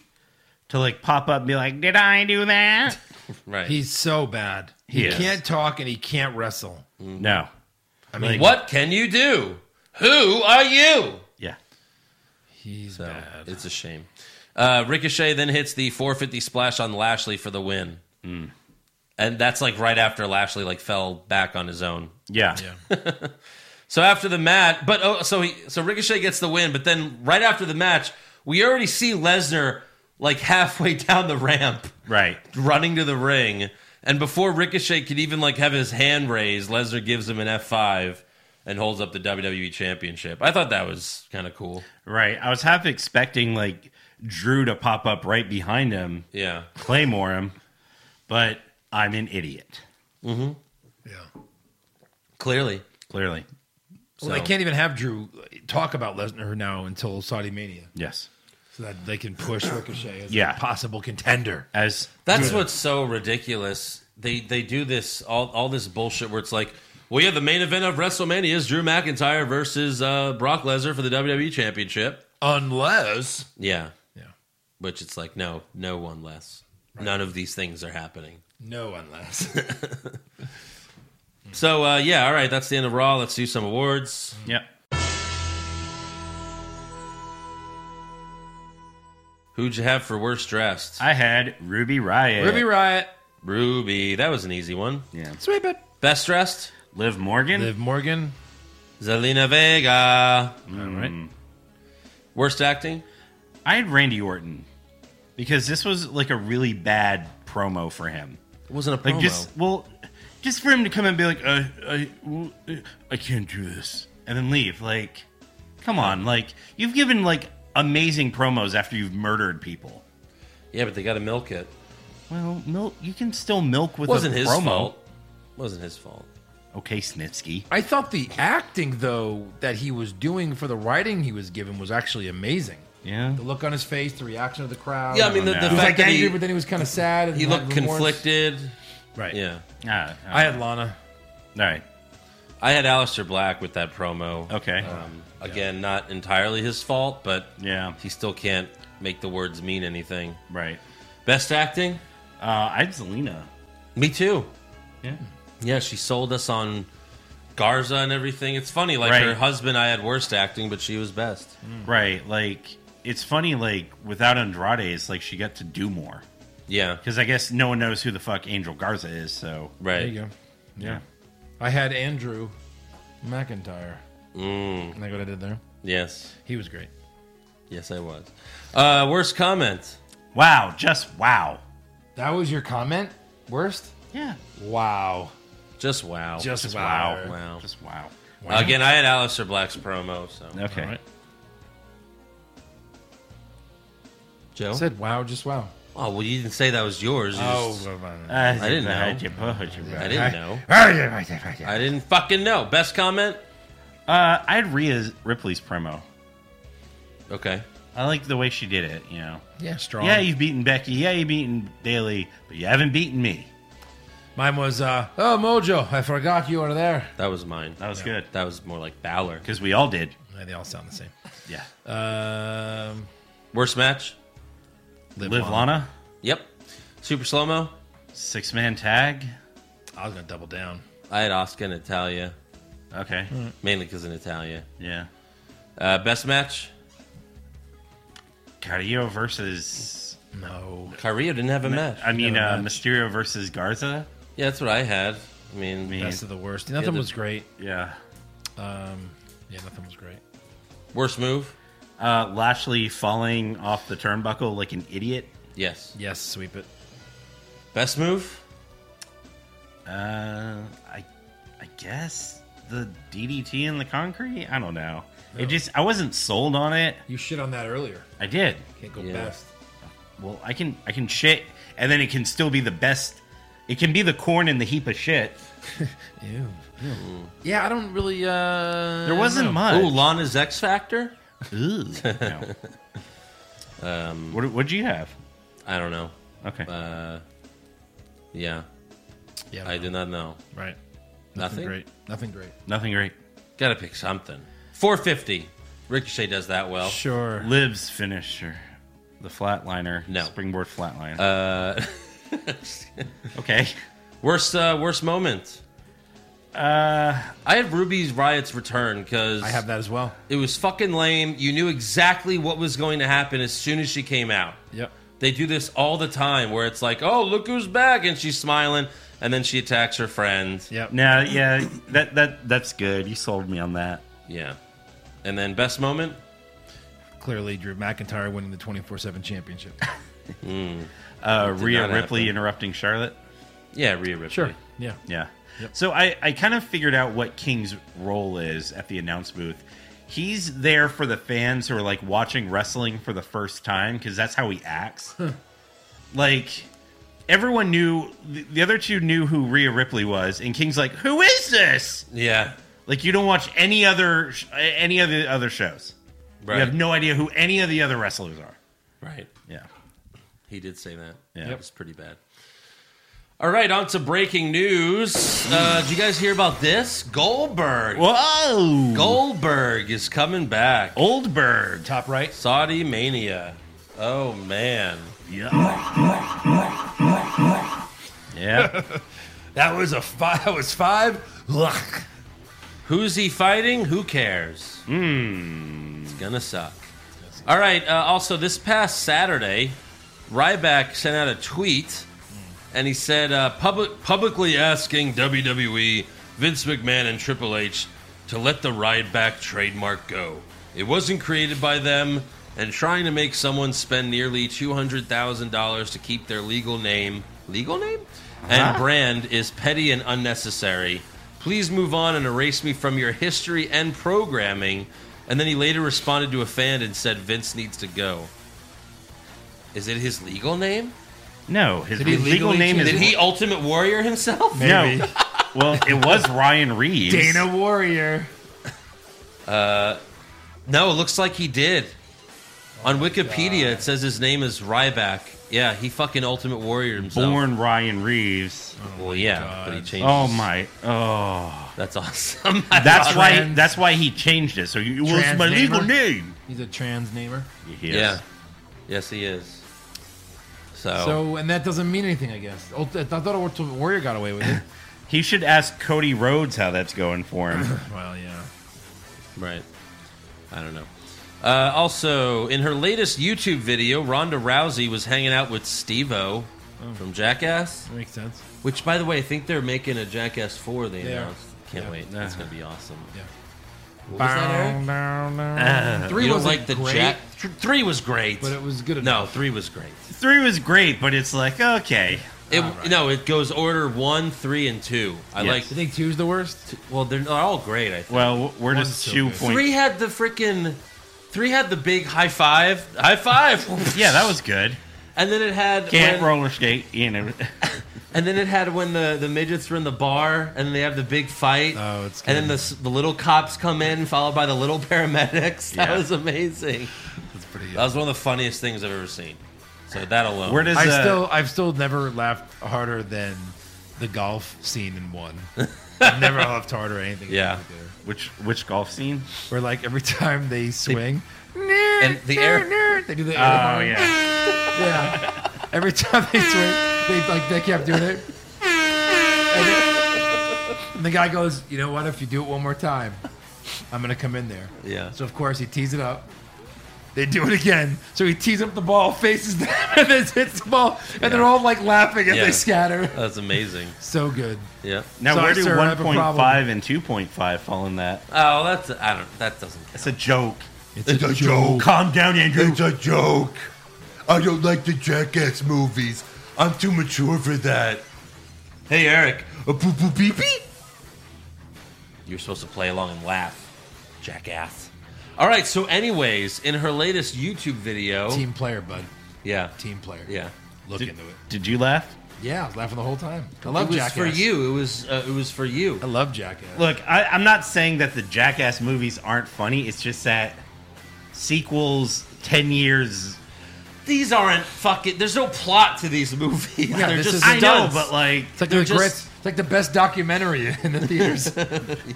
F: to like pop up and be like, "Did I do that?"
E: Right.
C: He's so bad. He
F: He is.
C: can't talk and he can't wrestle.
F: No. I mean,
E: what can you do? Who are you?
F: Yeah.
C: He's
E: So
C: bad.
E: it's a shame. Uh, Ricochet then hits the 450 splash on Lashley for the win. and that's like right after Lashley like fell back on his own.
F: Yeah.
E: So after the match, but oh, so he so Ricochet gets the win, but then right after the match, we already see Lesnar like halfway down the ramp,
F: Right.
E: running to the ring, and before Ricochet could even like have his hand raised, Lesnar gives him an F five and holds up the WWE Championship. I thought that was kind of cool.
F: Right. I was half expecting like Drew to pop up right behind him,
E: Yeah,
F: claymore him, but I'm an idiot.
A: Yeah.
E: clearly.
F: Clearly.
A: Well, they
E: So-
A: can't even have Drew talk about Lesnar now until Saudi Mania,
F: Yes.
A: so that they can push Ricochet as
F: Yeah.
A: a possible contender.
F: As
E: That's what's so ridiculous. They they do this all all this bullshit where it's like, well, yeah, the main event of WrestleMania is Drew McIntyre versus uh, Brock Lesnar for the WWE Championship.
A: Unless,
E: Yeah,
A: yeah,
E: which it's like, no, no one less. None of these things are happening.
A: no, unless.
E: So uh, yeah, all right, that's the end of Raw. Let's do some awards.
F: yeah.
E: Who'd you have for worst dressed?
F: I had Ruby Riot.
A: Ruby Riot,
E: Ruby. That was an easy one.
F: Yeah.
A: sweep it.
E: Best dressed.
F: Liv Morgan.
A: Liv Morgan,
E: Zelina Vega.
A: all right.
E: Worst acting.
F: I had Randy Orton because this was like a really bad promo for him.
E: It wasn't a promo.
F: Like just well, just for him to come and be like, I, I, well, uh, I can't do this, and then leave. Like, come on, like you've given like amazing promos after you've murdered people.
E: yeah, but they got to milk it.
F: Well, milk. You can still milk with
E: Wasn't
F: a
E: his
F: promo.
E: fault. Wasn't his fault.
F: Okay, Snitsky.
A: I thought the acting though that he was doing for the writing he was given was actually amazing.
F: Yeah.
A: The look on his face, the reaction of the crowd.
E: Yeah, I mean the,
F: no.
E: the
F: He
A: he was
E: fact
A: like
E: that
A: angry,
E: he,
A: but then he was kind of sad. And
E: he
A: had
E: looked
A: remorse.
E: conflicted.
A: Right.
E: Yeah,
F: Ah, ah,
A: I had Lana.
F: all right.
E: I had Alistair Black with that promo.
F: Okay.
E: Um, again, not entirely his fault, but
F: yeah.
E: he still can't make the words mean anything.
F: Right.
E: Best acting,
F: Uh, I had Zelina.
E: me too.
F: Yeah.
E: Yeah, she sold us on Garza and everything. It's funny, like
F: Right.
E: her husband, I had worst acting, but she was best.
A: Mm.
F: Right. Like it's funny. Like without Andrade, it's like she got to do more.
E: Yeah,
F: Because I guess no one knows who the fuck Angel Garza is, so
A: There
E: right.
A: you go.
F: yeah.
A: I had Andrew McIntyre. Mm. Like what I did there.
E: Yes,
A: He was great.
E: yes, I was. Uh, worst comment.
F: Wow, just wow.
A: That was your comment. Worst.
F: Yeah,
A: Wow.
E: Just wow.
A: Just,
F: just
A: wow.
F: wow.
E: Wow.
F: just wow.
E: Again, I had Alistair Black's promo. So
F: Okay,
A: All right.
E: Joe.
A: I said Oh, wow, just wow.
E: Oh well, you didn't say that was yours. You just-
A: well,
F: I
E: didn't know. I
F: I
E: didn't know.
A: well.
E: I didn't fucking know. Best comment.
F: Uh, I had Rhea Ripley's promo.
E: Okay.
F: I like the way she did it. You know,
A: yeah, strong.
F: yeah, you've beaten Becky, yeah, you've beaten Bailey, but you haven't beaten me.
A: Mine was uh, oh Mojo, I forgot you were there.
E: That was mine.
F: That was good
E: That was more like Balor.
F: because we all did.
A: Yeah, they all sound the same.
F: Yeah,
A: Um,
E: Worst match?
F: Liv, Lana,
A: Lana.
E: Yep. Super slow mo?
F: six man tag.
A: I was gonna double down.
E: I had Oscar and Natalia,
F: Okay,
A: Mm.
E: mainly because of Natalia.
F: yeah,
E: Uh, best match?
F: Carrillo versus.
A: No,
E: Carrillo didn't have a match.
F: I mean,
A: Another
F: uh,
A: match.
F: Mysterio versus Garza.
E: Yeah, that's what I had. I mean,
F: Me.
A: best of the worst. Nothing
E: the-
A: was great.
F: Yeah.
A: Um, yeah, nothing was great.
E: worst move?
F: Uh, Lashley falling off the turnbuckle like an idiot.
E: Yes.
A: Yes, sweep it.
E: Best move?
F: Uh, I, I guess the DDT in the concrete. I don't know. It just I wasn't sold on it.
A: You shit on that earlier.
F: I did.
A: Can't go
E: Yeah.
A: best.
F: Well, I can I can shit, and then it can still be the best. It can be the corn in the heap of shit.
A: Ew. Yeah, I don't really. uh
F: There wasn't
A: know.
F: much.
E: Ooh, Lana's X Factor?
F: Ooh. No. what what'd you have?
E: I don't know.
F: Okay.
E: Um, Uh, yeah,
A: Yeah,
E: I do not know.
A: Right.
E: Nothing?
A: great. Nothing great.
F: Nothing great.
E: Gotta pick something. 450. Ricochet does that well.
A: Sure.
F: Liv's finisher, the flatliner.
E: No.
F: Springboard flatline.
E: Uh,
F: okay.
E: worst uh, worst moment?
F: Uh.
E: I had Ruby's Riot's return because
A: I have that as well.
E: It was fucking lame. You knew exactly what was going to happen as soon as she came out.
A: Yep.
E: They do this all the time where it's like, oh, look who's back. And she's smiling. And then she attacks her friend.
A: Yep.
F: Now, yeah, that that that's good. You sold me on that.
E: Yeah. And then best moment?
A: Clearly, Drew McIntyre winning the 24 7 championship.
F: Uh,
E: did
F: Rhea
E: not
F: Ripley
E: happen.
F: interrupting Charlotte.
E: Yeah, Rhea Ripley.
A: Yeah.
F: Yeah. So I, I kind of figured out what King's role is at the announce booth. He's there for the fans who are like watching wrestling for the first time because that's how he acts. like everyone knew the, the other two knew who Rhea Ripley was, and King's like, "Who is this?"
E: Yeah.
F: Like you don't watch any other sh- any of the other shows.
E: Right.
F: You have no idea who any of the other wrestlers are.
E: right.
F: Yeah.
E: He did say that.
F: Yeah.
E: It was pretty bad. All right, on to breaking news. Uh, did you guys hear about this? Goldberg.
F: Whoa!
E: Goldberg is coming back.
F: Goldberg.
A: Top right.
E: Saudi Mania. Oh, man.
F: Yeah.
G: That was a five. That was five. Ugh.
E: Who's he fighting? Who cares?
G: Hmm.
E: It's gonna suck. All right. Uh, also, this past Saturday, Ryback sent out a tweet, and he said uh, public publicly asking WWE, Vince McMahon, and Triple H to let the Ryback trademark go. It wasn't created by them, and trying to make someone spend nearly two hundred thousand dollars to keep their legal name legal name and brand is petty and unnecessary. Please move on and erase me from your history and programming. And then he later responded to a fan and said Vince needs to go. Is it his legal name?
F: no, his
A: Did he
F: legal
A: legally
F: name
A: change-
F: is
E: Did he Ultimate Warrior himself?
F: No. Well, it was Ryan Reeves.
A: Dana Warrior.
E: No, it looks like he did. On Wikipedia, it says his name is Ryback. Yeah, he fucking Ultimate Warrior himself.
F: born Ryan Reeves.
E: well, yeah, but he changed.
F: Oh my! Oh,
E: that's awesome.
F: that's why.
A: Trans-
F: That's why he changed it. So you was my
A: Transnamer?
F: legal name.
A: He's a trans namer.
E: Yeah, yes, he is. So,
A: So, and that doesn't mean anything, I guess. Ult- I thought Ultimate Warrior got away with it.
F: He should ask Cody Rhodes how that's going for him.
A: well, yeah.
E: right, I don't know. Uh, also, in her latest YouTube video, Ronda Rousey was hanging out with Steve-O
F: Oh.
E: from Jackass.
A: That makes sense.
E: Which, by the way, I think they're making a Jackass 4 they
A: They are.
E: announced. Can't
A: Yeah.
E: wait. That's going to be awesome.
A: Yeah.
E: What was that, Eric?
A: Three
F: Ah.
E: You
A: wasn't
E: don't like the
A: great,
E: Jack. Th- Three was great.
A: but it was good
E: no,
A: enough.
E: three was great.
F: Three was great, but it's like okay.
E: It, No, it goes order one, three, and two. I
F: Yes.
A: You
E: like.
A: think two's the worst?
E: Well, they're not all great. I think.
F: Well, we're
A: One's
F: just
A: so
F: two
A: good.
F: point.
E: Three had the freaking. Three had the big high five. High five.
F: Yeah, that was good.
E: And then it had.
F: Can't
E: when,
F: roller skate. You know.
E: And then it had when the, the midgets were in the bar and they have the big fight.
A: Oh, it's
E: And then the,
A: good.
E: s- the little cops come in, followed by the little paramedics. That
F: Yeah.
E: was amazing.
A: That's pretty
E: That was one of the funniest things I've ever seen. So that alone.
F: Where does
A: I
F: uh,
A: still, I've still never laughed harder than the golf scene in one. I've never laughed harder at anything.
E: Yeah.
A: like there.
F: which which golf scene?
A: Where like every time they swing,
E: and the air.
A: they do the air.
F: Oh
A: horn.
F: yeah.
A: Yeah. Every time they swing, they like they kept doing it. And, then- and the guy goes, "You know what? If you do it one more time, I'm gonna come in there."
E: Yeah.
A: So of course he tees it up. They do it again. So he tees up the ball, faces them, and then hits the ball, and they're all like laughing and
E: Yeah.
A: they scatter.
E: That's amazing.
A: So good.
E: Yeah.
F: Now
A: Sorry,
F: where do
A: sir, I have a
F: one point
A: problem.
F: five and two point five fall in that?
E: Oh, that's I don't. That doesn't.
F: That's a joke.
A: It's, a, joke.
F: Calm down, Andrew.
H: It's a joke. I don't like the Jackass movies. I'm too mature for that.
E: Hey, Eric,
H: A poo poo pee pee?
E: you're supposed to play along and laugh, jackass. All right. So, anyways, in her latest YouTube video,
A: Team player, bud.
E: yeah,
A: Team player.
E: yeah,
A: Look
F: Did,
A: into it.
F: did you laugh?
A: Yeah, I was laughing the whole time. I love
E: it was
A: Jackass.
E: for you. It was uh, it was for you.
A: I love Jackass.
F: Look, I, I'm not saying that the Jackass movies aren't funny. It's just that sequels, ten years.
E: These aren't fucking. There's no plot to these movies.
A: Yeah,
E: They're
A: this
E: just
A: is- I
F: I know,
E: stunts.
F: but like,
A: It's like
E: They're
A: the
E: just-
A: greatest- It's like the best documentary in the theaters.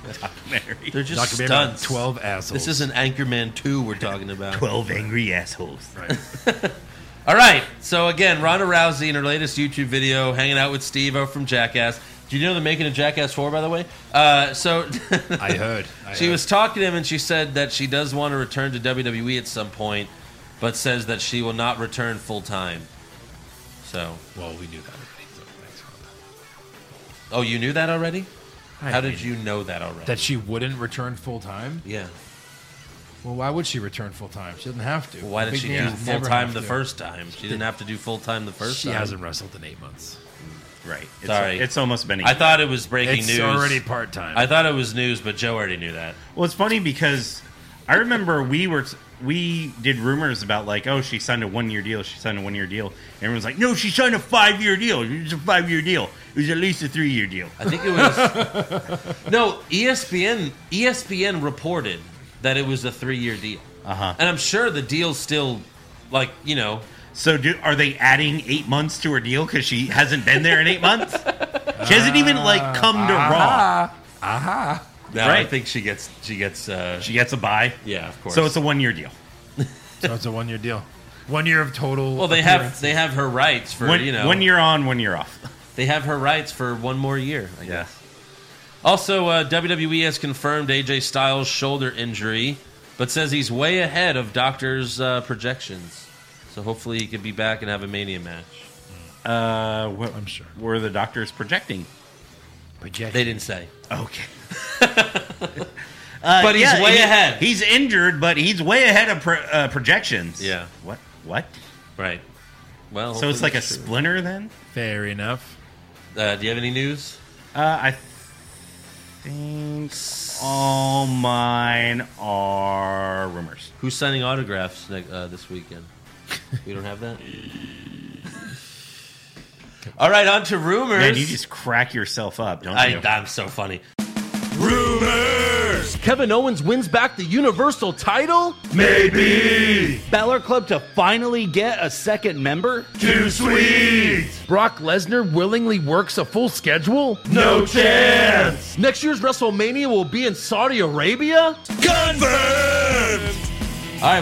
E: they're just
A: documentary
E: stunts.
A: Twelve assholes.
E: This isn't Anchorman Two we're talking about.
F: twelve angry assholes.
E: All right. So again, Ronda Rousey in her latest YouTube video, hanging out with Steve-O from Jackass. Do you know they're making a Jackass Four, by the way? Uh, so
A: I heard. I
E: she
A: heard.
E: was talking to him, and she said that she E does want to return to WWE at some point, but says that she will not return full time. So,
A: Well, we knew that already. So thanks for that.
E: oh, you knew that already? How did you know that already?
H: That she wouldn't return full time?
E: yeah.
H: Well, why would she return full time? She doesn't have to.
E: Why did
H: Big
E: she do
H: names
E: full
H: never
E: time
H: have
E: the
H: to.
E: first time? She didn't have to do full time the first
H: She
E: time.
H: hasn't wrestled in eight months.
F: Right. It's,
E: Sorry.
F: It's almost been. a
E: I
F: year.
E: thought it was breaking
H: It's
E: news.
H: already part time.
E: I thought it was news, but Joe already knew that.
F: Well, it's funny because I remember we were we did rumors about like, oh, she signed a one year deal. She signed a one year deal. Everyone's like, no, she signed a five year deal. It was a five year deal. It was at least a three year deal.
E: I think it was no E ESPN. ESPN reported that it was a three-year deal,
F: Uh-huh.
E: and I'm sure the deal's still like you know.
F: So, do, are they adding eight months to her deal because she hasn't been there in eight months? She hasn't even like come to Raw.
E: Now I
F: Right.
E: think she gets she gets uh,
F: She gets a buy.
E: yeah, of course.
F: So it's a one year deal.
H: so it's a one year deal. One year of total.
E: well, they have they have her rights for
F: One,
E: you know
F: one year on, one year off.
E: They have her rights for one more year. I guess. Also, uh, WWE has confirmed AJ Styles' shoulder injury, but says he's way ahead of doctors' uh, projections. So hopefully he could be back and have a Mania match.
F: Uh, what
H: I'm sure.
F: were the doctors projecting?
E: They didn't say.
F: Okay. Uh,
E: But he's way
F: he-
E: ahead.
F: He's injured, but he's way ahead of pro, uh, projections.
E: Yeah.
F: What? What?
E: Right. Well,
F: So it's
E: hopefully
F: like a
E: that's true.
F: splinter then?
H: Fair enough.
E: Uh, do you have any news?
F: Uh, I think all mine are rumors.
E: Who's signing autographs ne- uh, this weekend? We don't have that. All right, on to rumors.
F: Man, you just crack yourself up, don't
E: I,
F: you?
E: I'm so funny.
I: Kevin Owens wins back the Universal title? Maybe. Balor Club to finally get a second member? Too sweet. Brock Lesnar willingly works a full schedule? No chance. Next year's WrestleMania will be in Saudi Arabia?
E: All right,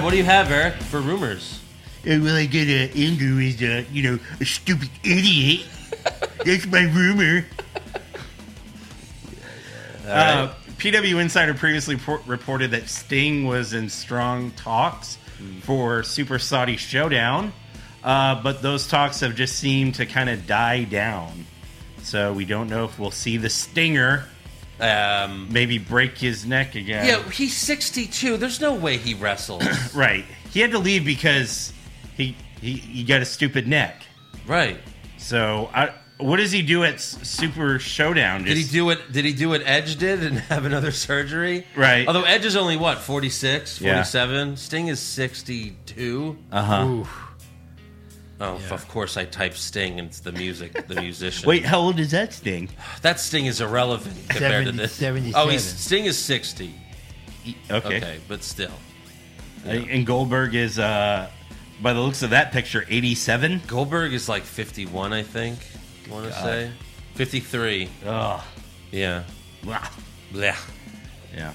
E: what do you have, Eric, for rumors?
F: And well, I get uh, Andrew is, uh, you know, a stupid idiot. That's my rumor. Uh, PW Insider previously por- reported that Sting was in strong talks
E: Mm.
F: for Super Saudi Showdown, uh, but those talks have just seemed to kind of die down. So we don't know if we'll see the Stinger
E: Um,
F: maybe break his neck again.
E: yeah, he's 62. There's no way he wrestles.
F: Right. He had to leave because he he, he got a stupid neck.
E: right.
F: So, I, what does he do at S- Super Showdown?
E: Did he
F: Just-
E: do it? Did he do what Edge did and have another surgery?
F: Right.
E: Although Edge is only what 46,
F: Yeah. Uh,
E: 47. Sting is 62.
H: Ooh.
E: Oh, f- of course I typed Sting and it's the music, the musician.
F: Wait, how old is that Sting?
E: that Sting is irrelevant compared to this.
H: 70,
E: Oh, he's
H: 77.
E: Sting is 60.
F: Okay.
E: Okay, but still.
F: Uh, And Goldberg is, uh, by the looks of that picture, 87.
E: Goldberg is like 51, I think. I want to say 53.
F: Ugh.
E: Yeah.
F: Wow.
E: Blech.
F: Yeah.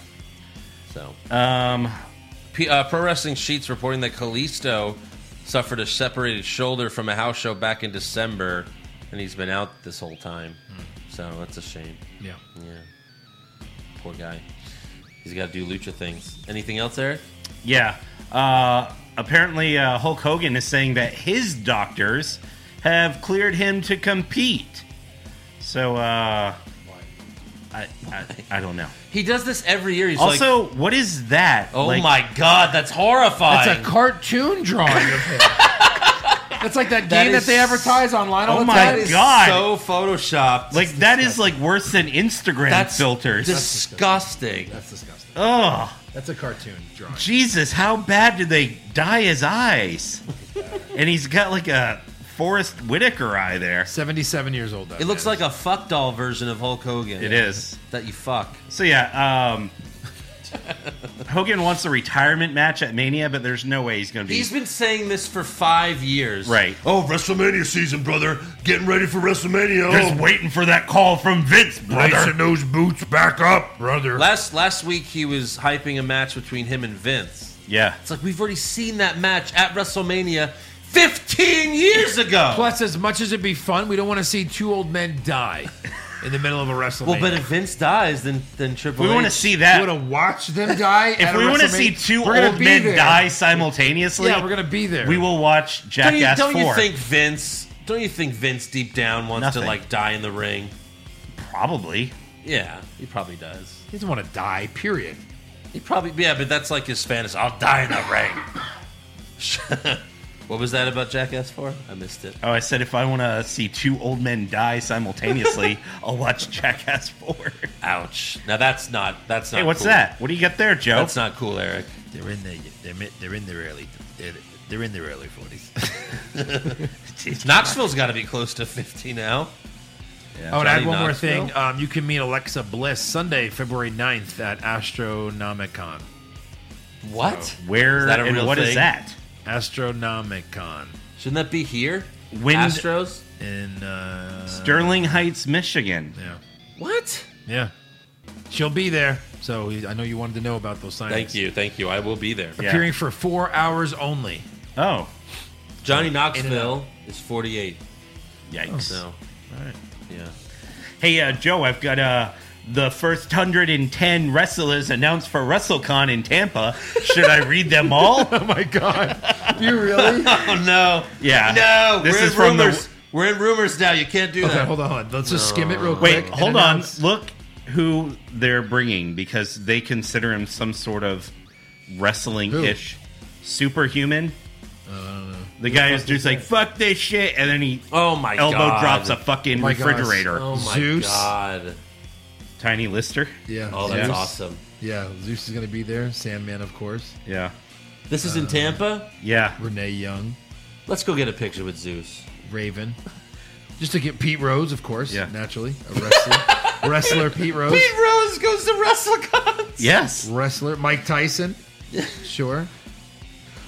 E: So.
F: Um,
E: P- uh, Pro Wrestling Sheets reporting that Kalisto suffered a separated shoulder from a house show back in December, and he's been out this whole time.
F: Hmm.
E: So that's a shame.
H: Yeah.
E: Yeah, poor guy. He's got to do lucha things. Anything else, Eric?
F: yeah. Uh, apparently, uh, Hulk Hogan is saying that his doctors have cleared him to compete. So, uh, I, I, I don't know.
E: He does this every year. He's like,
F: Also, what is that?
E: oh
F: Like-
E: my god, that's horrifying.
H: It's a cartoon drawing of him. That's like that game that,
E: is
H: they advertise online all
F: Oh
H: the
F: my
H: time.
F: God.
E: so photoshopped.
F: Like that is like worse than Instagram
E: that's
F: filters.
E: Disgusting.
H: That's disgusting.
F: oh
H: That's a cartoon drawing.
F: Jesus! How bad did they dye his eyes? and he's got like a Forrest Whitaker eye there.
H: 77 years old, though.
E: It looks like a fuck doll version of Hulk Hogan.
F: It is.
E: that you fuck.
F: So yeah, um, Hogan wants a retirement match at Mania, but there's no way he's going to be.
E: He's been saying this for five years.
F: Right.
J: Oh, WrestleMania season, brother. Getting ready for WrestleMania.
F: Just waiting for that call from Vince, brother.
J: Lacing those boots back up, brother.
E: Last last week he was hyping a match between him and Vince.
F: Yeah.
E: It's like we've already seen that match at WrestleMania 15 years ago.
H: Plus, as much as it'd be fun, we don't want to see two old men die in the middle of a WrestleMania.
E: well, but if Vince dies, then then Triple
F: We
E: H.
F: want to see
H: you
F: that.
H: want to watch them die,
F: If we want to see 2 old men die simultaneously,
H: yeah, we're gonna be there.
F: we will watch
E: Don't you,
F: Jackass
E: don't you
F: Four.
E: think Vince Don't you think Vince deep down wants
F: Nothing.
E: to like die in the ring?
F: Probably.
E: Yeah, he probably does.
A: He doesn't want to die, period.
E: He probably yeah, but that's like his fantasy. I'll die in the ring. what was that about Jackass Four? I missed it.
F: Oh, I said if I want to see two old men die simultaneously, I'll watch Jackass 4.
E: Ouch. Now that's not that's not.
F: hey, what's
E: cool.
F: that? What do you got there, Joe?
E: That's not cool, Eric.
K: They're in their they're, mi- they're in their early they're, they're in their early forties.
E: Knoxville's got to be close to fifty now.
A: Oh, and I had
E: Johnny
A: one more
E: Knoxville.
A: thing. Um, you can meet Alexa Bliss Sunday, February 9th at Astronomicon.
E: What?
F: Where
E: Is that a
F: and
E: real
F: what is
E: thing?
F: that?
A: Astronomicon
E: Shouldn't that be here?
F: Wind-
E: Astros.
A: in uh,
F: Sterling Heights, Michigan.
A: yeah,
E: What?
A: yeah. She'll be there. So I know you wanted to know about those signs.
E: Thank you, thank you. I will be there.
F: Yeah.
A: Appearing for four hours only.
F: Oh,
E: Johnny Knoxville is forty-eight.
F: yikes.
E: So, yeah.
F: Hey, uh, Joe, I've got uh, the first 110 wrestlers announced for WrestleCon in Tampa. Should I read them all?
E: Oh no.
F: Yeah.
E: No.
F: Ah, This
E: we're
F: is
E: in
F: from the-
E: rumors. We're in rumors now. You can't do
A: Okay,
E: that.
A: hold on. hold on. Let's just skim it real quick.
F: Wait,
A: and
F: hold on.
A: announce-
F: Look who they're bringing because they consider him some sort of wrestling ish superhuman. The guy who's just like, fuck this shit. And then he
E: Oh my
F: elbow
E: god.
F: drops a fucking
A: my gosh.
F: refrigerator.
E: Oh my
A: Zeus.
E: god.
F: Tiny Lister.
A: Yeah.
E: Oh, that's
A: Zeus.
E: awesome.
A: Yeah, Zeus is going to be there. Sandman, of course.
F: Yeah.
E: This is in Tampa.
F: Yeah.
A: Renee Young,
E: Let's go get a picture with Zeus.
A: Raven. Just to get Pete Rose, of course.
F: Yeah.
A: Naturally, a wrestler. wrestler Pete Rose.
E: Rose goes to WrestleCon.
F: Yes.
A: Wrestler Mike Tyson. Sure.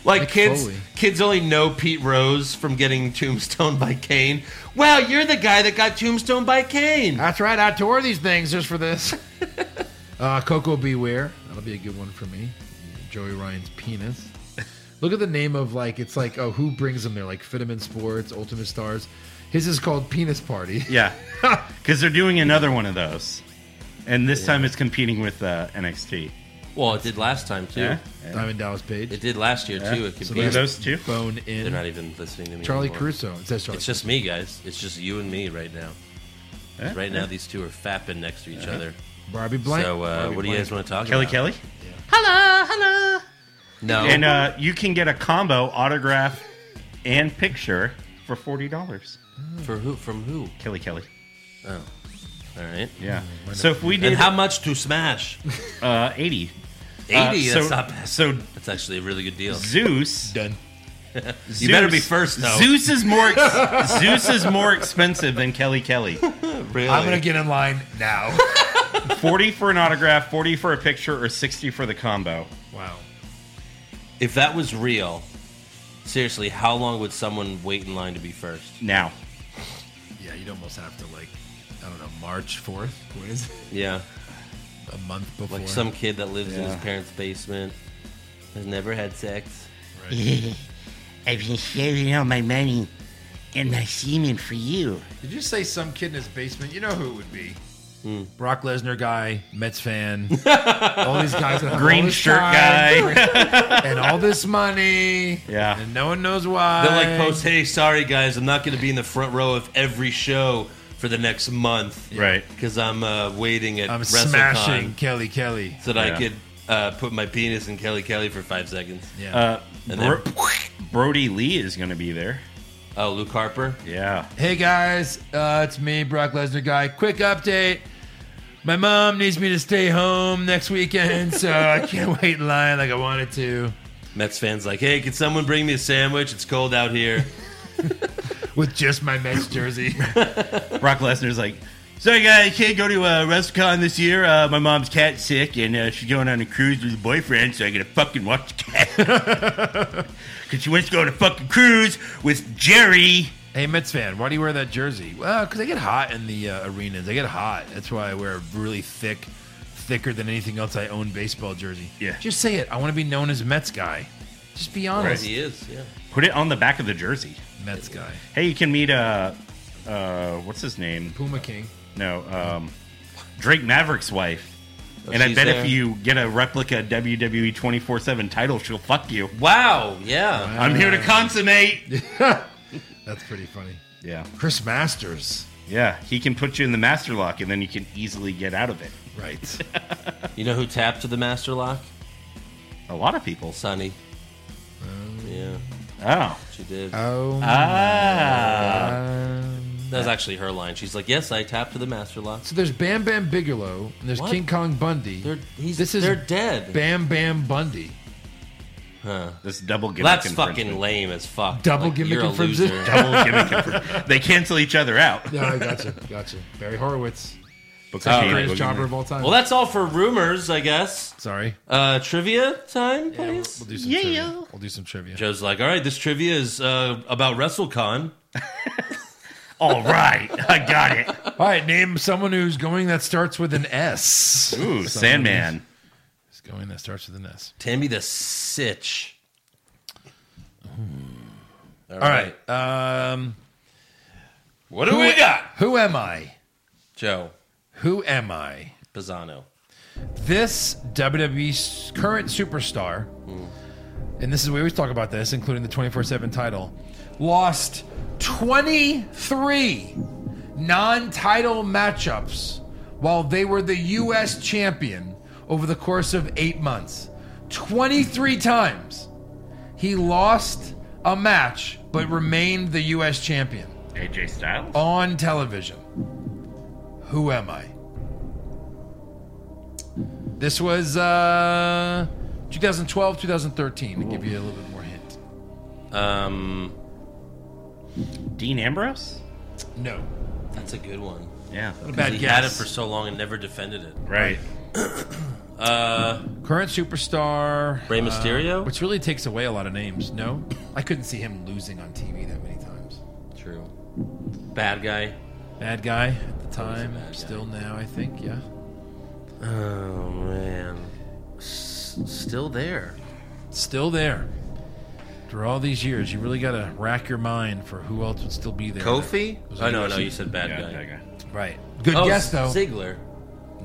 E: Like
A: Mick
E: kids,
A: Foley.
E: kids only know Pete Rose from getting tombstone by Kane. Wow, you're the guy that got tombstone by Kane.
A: That's right. I tore these things just for this. uh, Coco Beware. That'll be a good one for me. Joey Ryan's penis. Look at the name of like it's like oh who brings them there like Fitman Sports, Ultimate Stars. His is called Penis Party.
F: Yeah. Because they're doing another one of those. And this time it's competing with uh, NXT.
E: Well, it did last time too.
F: Yeah.
A: Diamond Dallas Page.
E: It did last year too. It could
A: So
E: be.
F: Look at those two.
A: Phone
E: They're
A: in.
E: not even listening to me.
A: Charlie
E: anymore.
A: Caruso. It says Charlie.
E: It's just me, guys. It's just you and me right now. 'Cause
F: Yeah,
E: Right now, these two are fapping next to each other.
A: Barbie Blank.
E: so, uh, what do you guys want to talk
F: Kelly
E: about?
F: Kelly.
E: No.
F: And uh, you can get a combo autograph and picture for forty dollars.
E: For who? From who?
F: Kelly Kelly.
E: All right.
F: Yeah. So if we
E: And
F: did
E: how much to smash?
F: uh, eighty,
E: 80.
F: Uh, so,
E: that's not bad.
F: So
E: That's actually a really good deal.
F: Zeus.
A: Done.
F: Zeus
E: You better be first, though.
F: Zeus is more. Ex- Zeus is more expensive than Kelly Kelly.
E: Really?
A: I'm gonna get in line now.
F: Forty for an autograph, forty for a picture, or sixty for the combo.
A: wow.
E: if that was real, seriously, how long would someone wait in line to be first?
F: Now,
A: Yeah, you'd almost have to like I don't know March fourth. What is it?
E: Yeah.
A: A month before.
E: Like some kid that lives in
F: Yeah.
E: his parents' basement, has never had sex.
L: I've been saving all my money and my semen for you.
A: Did you say some kid in his basement? You know who it would be.
F: Hmm.
A: Brock Lesnar guy, Mets fan, all these guys, that have all
F: green
A: this
F: shirt
A: time
F: guy.
A: and all this money,
F: Yeah.
A: and no one knows why.
E: They'll like post, hey, sorry guys, I'm not going to be in the front row of every show for the next month
F: Right.
E: because I'm uh, waiting at
A: I'm
E: WrestleCon
A: smashing Kelly Kelly.
E: so that
F: Yeah.
E: I could uh, put my penis in Kelly Kelly for five seconds.
A: Yeah,
F: Uh,
E: And
F: Bro- Brody Lee is going to be there.
E: Oh, Luke Harper.
F: Yeah.
A: Hey guys, uh, it's me, Brock Lesnar guy. Quick update. My mom needs me to stay home next weekend, so I can't wait in line like I wanted to.
E: Mets fans like, hey, can someone bring me a sandwich? It's cold out here.
A: With just my Mets jersey.
F: Brock Lesnar's like, sorry guys, I can't go to uh, WrestleCon this year. Uh, my mom's cat's sick, and uh, she's going on a cruise with her boyfriend, so I gotta fucking watch the cat. Because she wants to go on a fucking cruise with Jerry.
A: hey, Mets fan, why do you wear that jersey? Well, because I get hot in the uh, arenas. I get hot. That's why I wear a really thick, thicker than anything else I own baseball jersey.
F: Yeah.
A: Just say it. I want to be known as Mets guy. Just be honest.
E: he is, yeah.
F: Put it on the back of the jersey.
A: Mets guy.
F: Hey, you can meet uh, uh, what's his name?
A: Puma King.
F: No, um, Drake Maverick's wife. and I
E: Oh, she's
F: bet
E: there.
F: if you get a replica WWE 24 7 E title, she'll fuck you.
E: Wow, yeah. Ah.
F: I'm here to consummate.
A: That's pretty funny.
F: Yeah.
A: Chris Masters.
F: Yeah. He can put you in the master lock and then you can easily get out of it.
A: Right.
E: You know who tapped to the master lock?
F: A lot of people.
E: Sonny.
A: Um,
E: yeah,
F: Oh.
E: she did.
A: Oh.
F: Ah.
E: that was actually her line. She's like, "Yes, I tapped to the master lock."
A: so there's Bam Bam Bigelow and there's
E: What?
A: King Kong Bundy.
E: They're he's
A: This is
E: they're dead.
A: Bam Bam Bundy.
E: huh.
F: This double gimmick.
E: That's
F: infringement.
E: fucking lame as fuck.
A: Double
E: Like,
A: gimmick
E: You're a
A: infringement.
E: loser.
F: Double gimmick. infringement. they cancel each other out.
A: Yeah, Ah, I gotcha. Gotcha. Barry Horowitz.
F: Because
E: Oh,
F: they-
A: Greatest jobber of all time.
E: Well, that's all for rumors, I guess.
A: Sorry.
E: Uh, trivia time, please.
A: We'll do some trivia. We'll do some trivia.
E: Joe's like, "All right, this trivia is uh, about WrestleCon."
F: All right. I got it.
A: All right, name someone who's going that starts with an S.
F: Ooh, Sandman.
A: Who's going that starts with an S.
E: Tammy the Sitch.
A: All right. Um,
E: What do we got?
A: who am I?
E: Joe
A: Who am I?
E: Pisano.
A: This WWE 's current superstar, and this is we always talk about this, including the 24 7 title, lost 23 non title matchups while they were the U.S. champion over the course of eight months. 23 times he lost a match but remained the U.S. champion
F: AJ Styles.
A: on television. Who am I? This was uh, 2012, 2013, to give you a little bit more hint.
E: Um,
F: Dean Ambrose.
A: No.
E: that's a good one.
F: Yeah.
A: Bad
E: he had it
A: guess.
E: for so long and never defended it.
F: Right.
A: Current superstar.
E: Rey Mysterio.
A: Uh, Which really takes away a lot of names, no? I couldn't see him losing on TV that many times.
E: True. Bad guy.
A: Bad guy at the time,
E: bad guy.
A: still now, I think, yeah.
E: Oh man, S- still there.
A: Still there. After all these years, you really gotta rack your mind for who else would still be there.
E: Kofi?
A: Was
E: Oh
A: it
E: no,
A: Yoshi?
E: no, you said bad
F: Yeah,
E: guy.
F: that guy.
A: Right. Good
E: Oh,
A: guess, though.
E: Ziggler.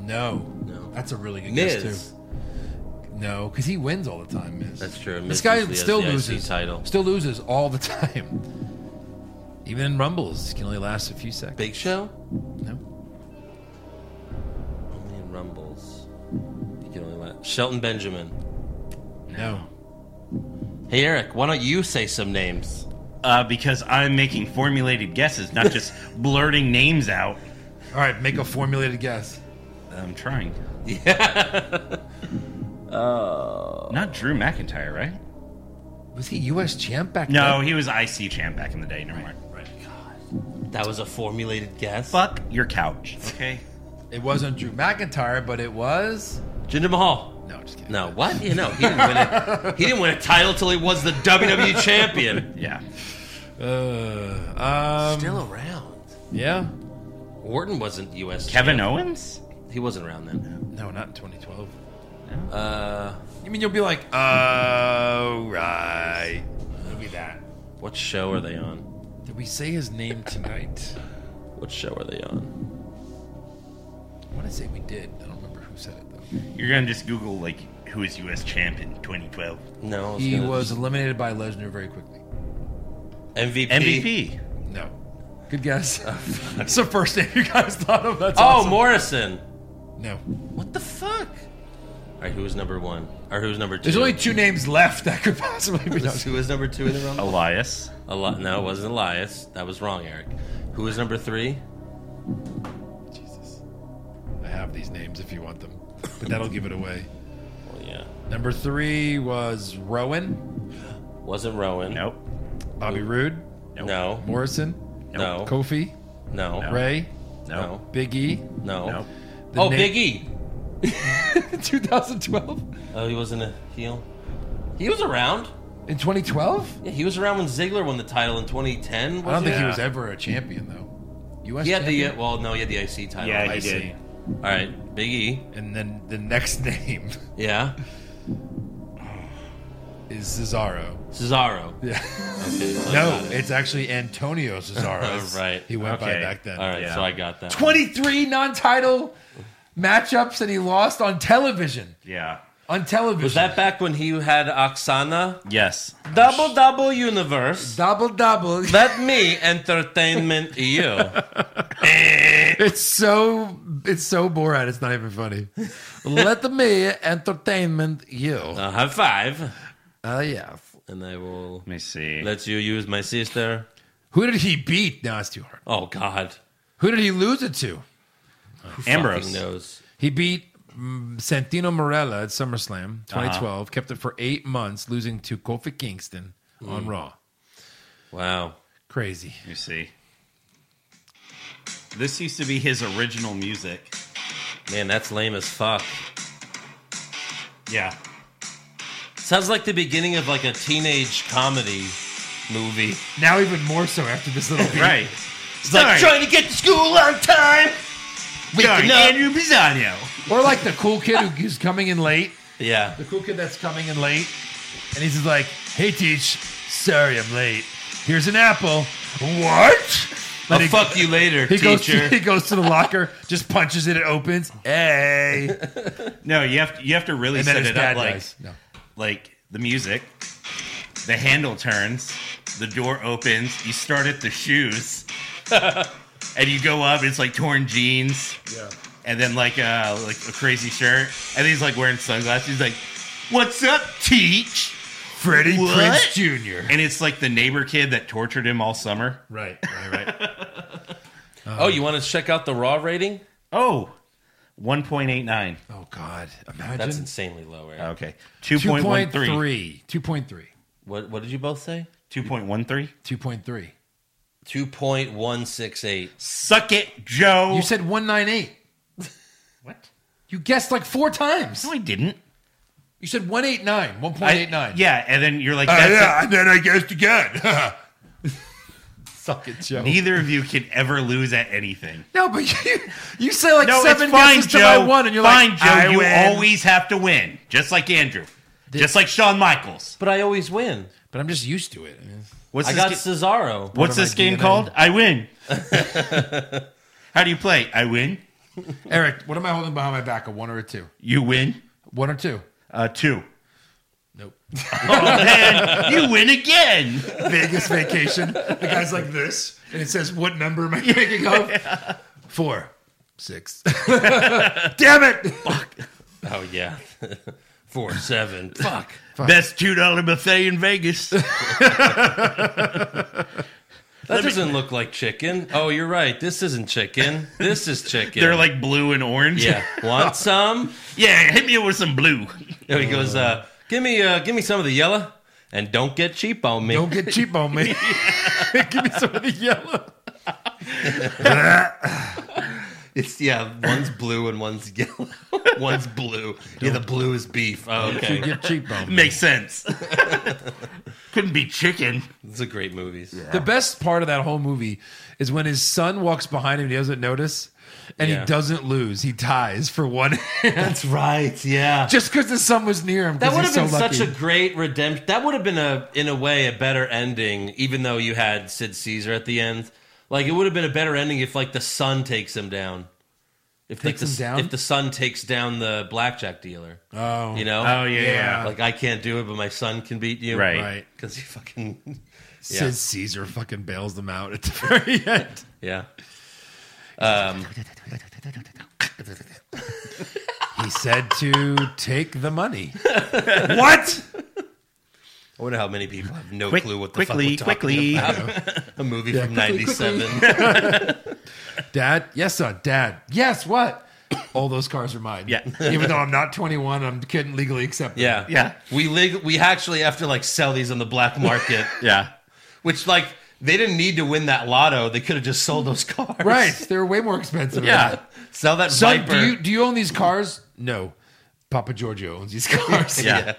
A: No.
E: No.
A: That's a really good guess
E: Miz.
A: too. No, because he wins all the time. Miz.
E: That's true.
A: This
E: Miz
A: guy
E: usually has
A: still
E: the IC
A: loses.
E: title.
A: Still loses all the time. Even in rumbles, it can only last a few seconds.
E: Big Show.
A: No.
E: Only in Rumbles. You can only let Shelton Benjamin.
A: No.
E: Hey Eric, why don't you say some names?
F: Uh, because I'm making formulated guesses, not just blurting names out.
A: All right, make a formulated guess.
F: I'm trying. Yeah. Not Drew McIntyre, right?
A: Was he U.S. champ back
F: No,
A: then?
F: he was IC champ back in the day. Never mind.
E: That was a formulated guess.
F: Fuck your couch. Okay.
A: it wasn't Drew McIntyre, but it was.
E: Jinder Mahal.
A: No, just kidding.
E: No, what? You know, he didn't win a, he didn't win a title till he was the WWE champion.
F: Yeah.
A: Uh, um,
E: Still around.
A: yeah.
E: Orton wasn't US.
F: Kevin
E: champ.
F: Owens?
E: He wasn't around then.
A: No, not in 2012.
E: Uh,
A: You mean you'll be like, oh right, it'll be that.
E: what show are they on?
A: Did we say his name tonight?
E: What show are they on?
A: I want to say we did. I don't remember who said it though.
F: You're going to just Google, like, who is U.S. champ in 2012?
E: No, I was
A: He
E: gonna-
A: was eliminated by Lesnar very quickly.
E: MVP.
F: MVP.
A: No. Good guess. That's the first name you guys thought of. That's
E: Oh,
A: awesome.
E: Morrison.
A: No.
E: What the fuck? All right, who was number one? Or who was number two?
A: There's only two names left that could possibly be.
E: Who was number two in the round?
F: Elias.
E: Eli- no, it wasn't Elias. That was wrong, Eric. Who was number three?
A: I have these names if you want them, but that'll give it away.
E: Well, yeah.
A: Number three was Rowan,
E: Wasn't Rowan.
F: Nope.
A: Bobby Roode,
E: No.
A: Morrison, Oh.
E: No. No.
A: Kofi,
E: No. No.
A: Ray,
E: No.
A: Big E.
F: Nope.
A: The
E: Oh,
A: na-
E: Big E.
A: 2012.
E: Oh, he wasn't a heel. He was around.
A: In 2012?
E: Yeah, he was around when Ziggler won the title in
A: I
E: 2010.
A: don't think he
F: Yeah.
A: was ever a champion though. U.S.
E: He had the
A: champion?
E: uh, well, no, he had the IC title.
F: Yeah,
A: I
F: he
A: see.
F: did.
E: All right, Big E.
A: And then the next name
E: Yeah,
A: is Cesaro.
E: Cesaro.
A: Yeah.
E: Okay, so I
A: No,
E: got it.
A: it's actually Antonio Cesaro.
E: Oh, right.
A: He went by
F: Okay.
A: back then.
E: All right,
F: Yeah.
E: so I got that.
A: 23 non title matchups and he lost on television.
F: Yeah.
A: on television.
E: Was that back when he had Oksana?
F: Yes.
E: Double double universe.
A: double double?
E: Let me entertainment you.
A: It's so it's so Borat. It's not even funny. Let me entertainment you.
E: A high five,
A: Oh yeah.
E: and I will
F: Let me see.
E: let you use my sister.
A: Who did he beat? No, it's too hard.
E: Oh God,
A: Who did he lose it to?
E: Fucking
F: Ambrose.
E: knows.
A: He beat mm, Santino Morella at SummerSlam
F: Uh-huh.
A: 2012. Kept it for eight months, losing to Kofi Kingston
F: Mm.
A: on Raw.
E: Wow.
A: Crazy.
F: Let me see. This used to be his original music.
E: Man, that's lame as fuck.
F: Yeah.
E: Sounds like the beginning of like a teenage comedy movie.
A: Now even more so after this little beat.
F: Right.
E: It's like trying to get to school on time.
F: Sorry,
E: Waking up.
F: Andrew Pisano.
A: Or like the cool kid who- who's coming in late.
E: Yeah.
A: The cool kid that's coming in late. And he's just like, hey, teach, sorry I'm late. Here's an apple. What?
E: I'll
A: But he-
E: fuck you later,
A: He goes, to,
E: teacher.
A: he goes to the locker, just punches it, it opens. Hey.
F: No, you have to, you have to really
A: And then
F: set
A: his
F: it up
A: dad
F: like
A: dies. No.
F: like the music. The handle turns, the door opens, you start at the shoes, and you go up. It's like torn jeans, yeah, and then like uh like a crazy shirt, and he's like wearing sunglasses. He's like, "What's up, teach?"
A: Freddie
F: What?
A: Prince Jr.
F: And it's like the neighbor kid that tortured him all summer.
A: Right, right, right.
E: oh, you want to check out the raw rating?
F: Oh, 1.89.
A: oh, God. Imagine.
E: That's insanely low, Eric.
F: Okay. 2.13.
A: 2.3.
E: What What did you both say?
F: 2.13.
A: 2.3.
E: Two point one six eight.
F: Suck it, Joe.
A: You said 198.
F: what?
A: You guessed like four times.
F: No, I didn't.
A: You said 189, 1.89.
F: I- Yeah, and then you're like, that's
J: Uh, yeah, and then I guessed again.
A: Suck it, Joe.
F: neither of you can ever lose at anything.
A: No, but you, you say like
F: No,
A: seven
F: it's fine,
A: guesses to my
F: Joe.
A: one, and you're
F: fine,
A: like,
F: Joe.
A: I
F: you
A: win.
F: always have to win, just like Andrew, just like Shawn Michaels.
E: But I always win.
A: But I'm just used to it.
F: What's
E: I
F: this?
E: got
F: ga-
E: Cesaro.
F: what's
A: of my
F: this game
A: DNA.
F: called? I win. How do you play? I win.
A: Eric, what am I holding behind my back? A one or a two?
F: You win.
A: One or two?
F: Uh, two.
A: Nope.
F: Then you win again.
A: Vegas vacation. The guy's like this, and it says, "What number am I picking up?" Four, six. Damn it!
E: Oh yeah, four seven. Fuck.
F: Best two dollar buffet in Vegas.
E: That doesn't look like chicken. Oh, you're right. This isn't chicken. This is chicken.
F: They're like blue and orange.
E: yeah. Want some?
F: yeah. Hit me with some blue.
E: No, he goes, uh, give me, uh, give me some of the yellow, and don't get cheap on me.
A: Don't get cheap on me. Give me some of the yellow.
E: It's yeah, one's blue and one's yellow. one's blue. Yeah, the blue is beef. Oh, okay,
A: Get cheap on me.
F: Makes sense. Couldn't be chicken.
E: it's a great movie.
A: The best part of that whole movie is when his son walks behind him and he doesn't notice, and
E: Yeah.
A: he doesn't lose. He ties for one.
E: That's right. Yeah,
A: just because the sun was near him.
E: that
A: 'cause
E: would have
A: he's
E: been
A: so
E: such a
A: lucky.
E: great redemption. That would have been a, in a way, a better ending. Even though you had Sid Caesar at the end, like it would have been a better ending if like the sun takes him down. If
A: Takes
E: like,
A: him
E: the,
A: down?
E: If the sun takes down the blackjack dealer.
A: Oh.
E: you know.
F: Oh yeah. yeah.
E: Like I can't do it, but my son can beat you.
F: Right.
A: Right.
E: Because he fucking
A: Says Caesar fucking bails them out at the very end.
E: yeah.
A: He said to take the money.
F: What?
E: I wonder how many people have no
F: Quick-
E: clue what the
F: quickly,
E: fuck we're talking
F: quickly.
E: about. A movie from
A: quickly, quickly.
E: '97.
A: Dad, yes, son. Dad, yes. What? All those cars are mine.
F: Yeah.
A: Even though I'm not 21, I'm couldn't legally accept. them.
E: Yeah,
F: Yeah.
E: We leg- we actually have to like sell these on the black market,
F: Yeah.
E: which like they didn't need to win that lotto. They could have just sold those cars.
A: Right. They're way more expensive.
F: Yeah.
E: Sell that
A: Son,
E: Viper.
A: do you do you own these cars? No. Papa Giorgio owns these cars.
F: Yeah.
E: yeah.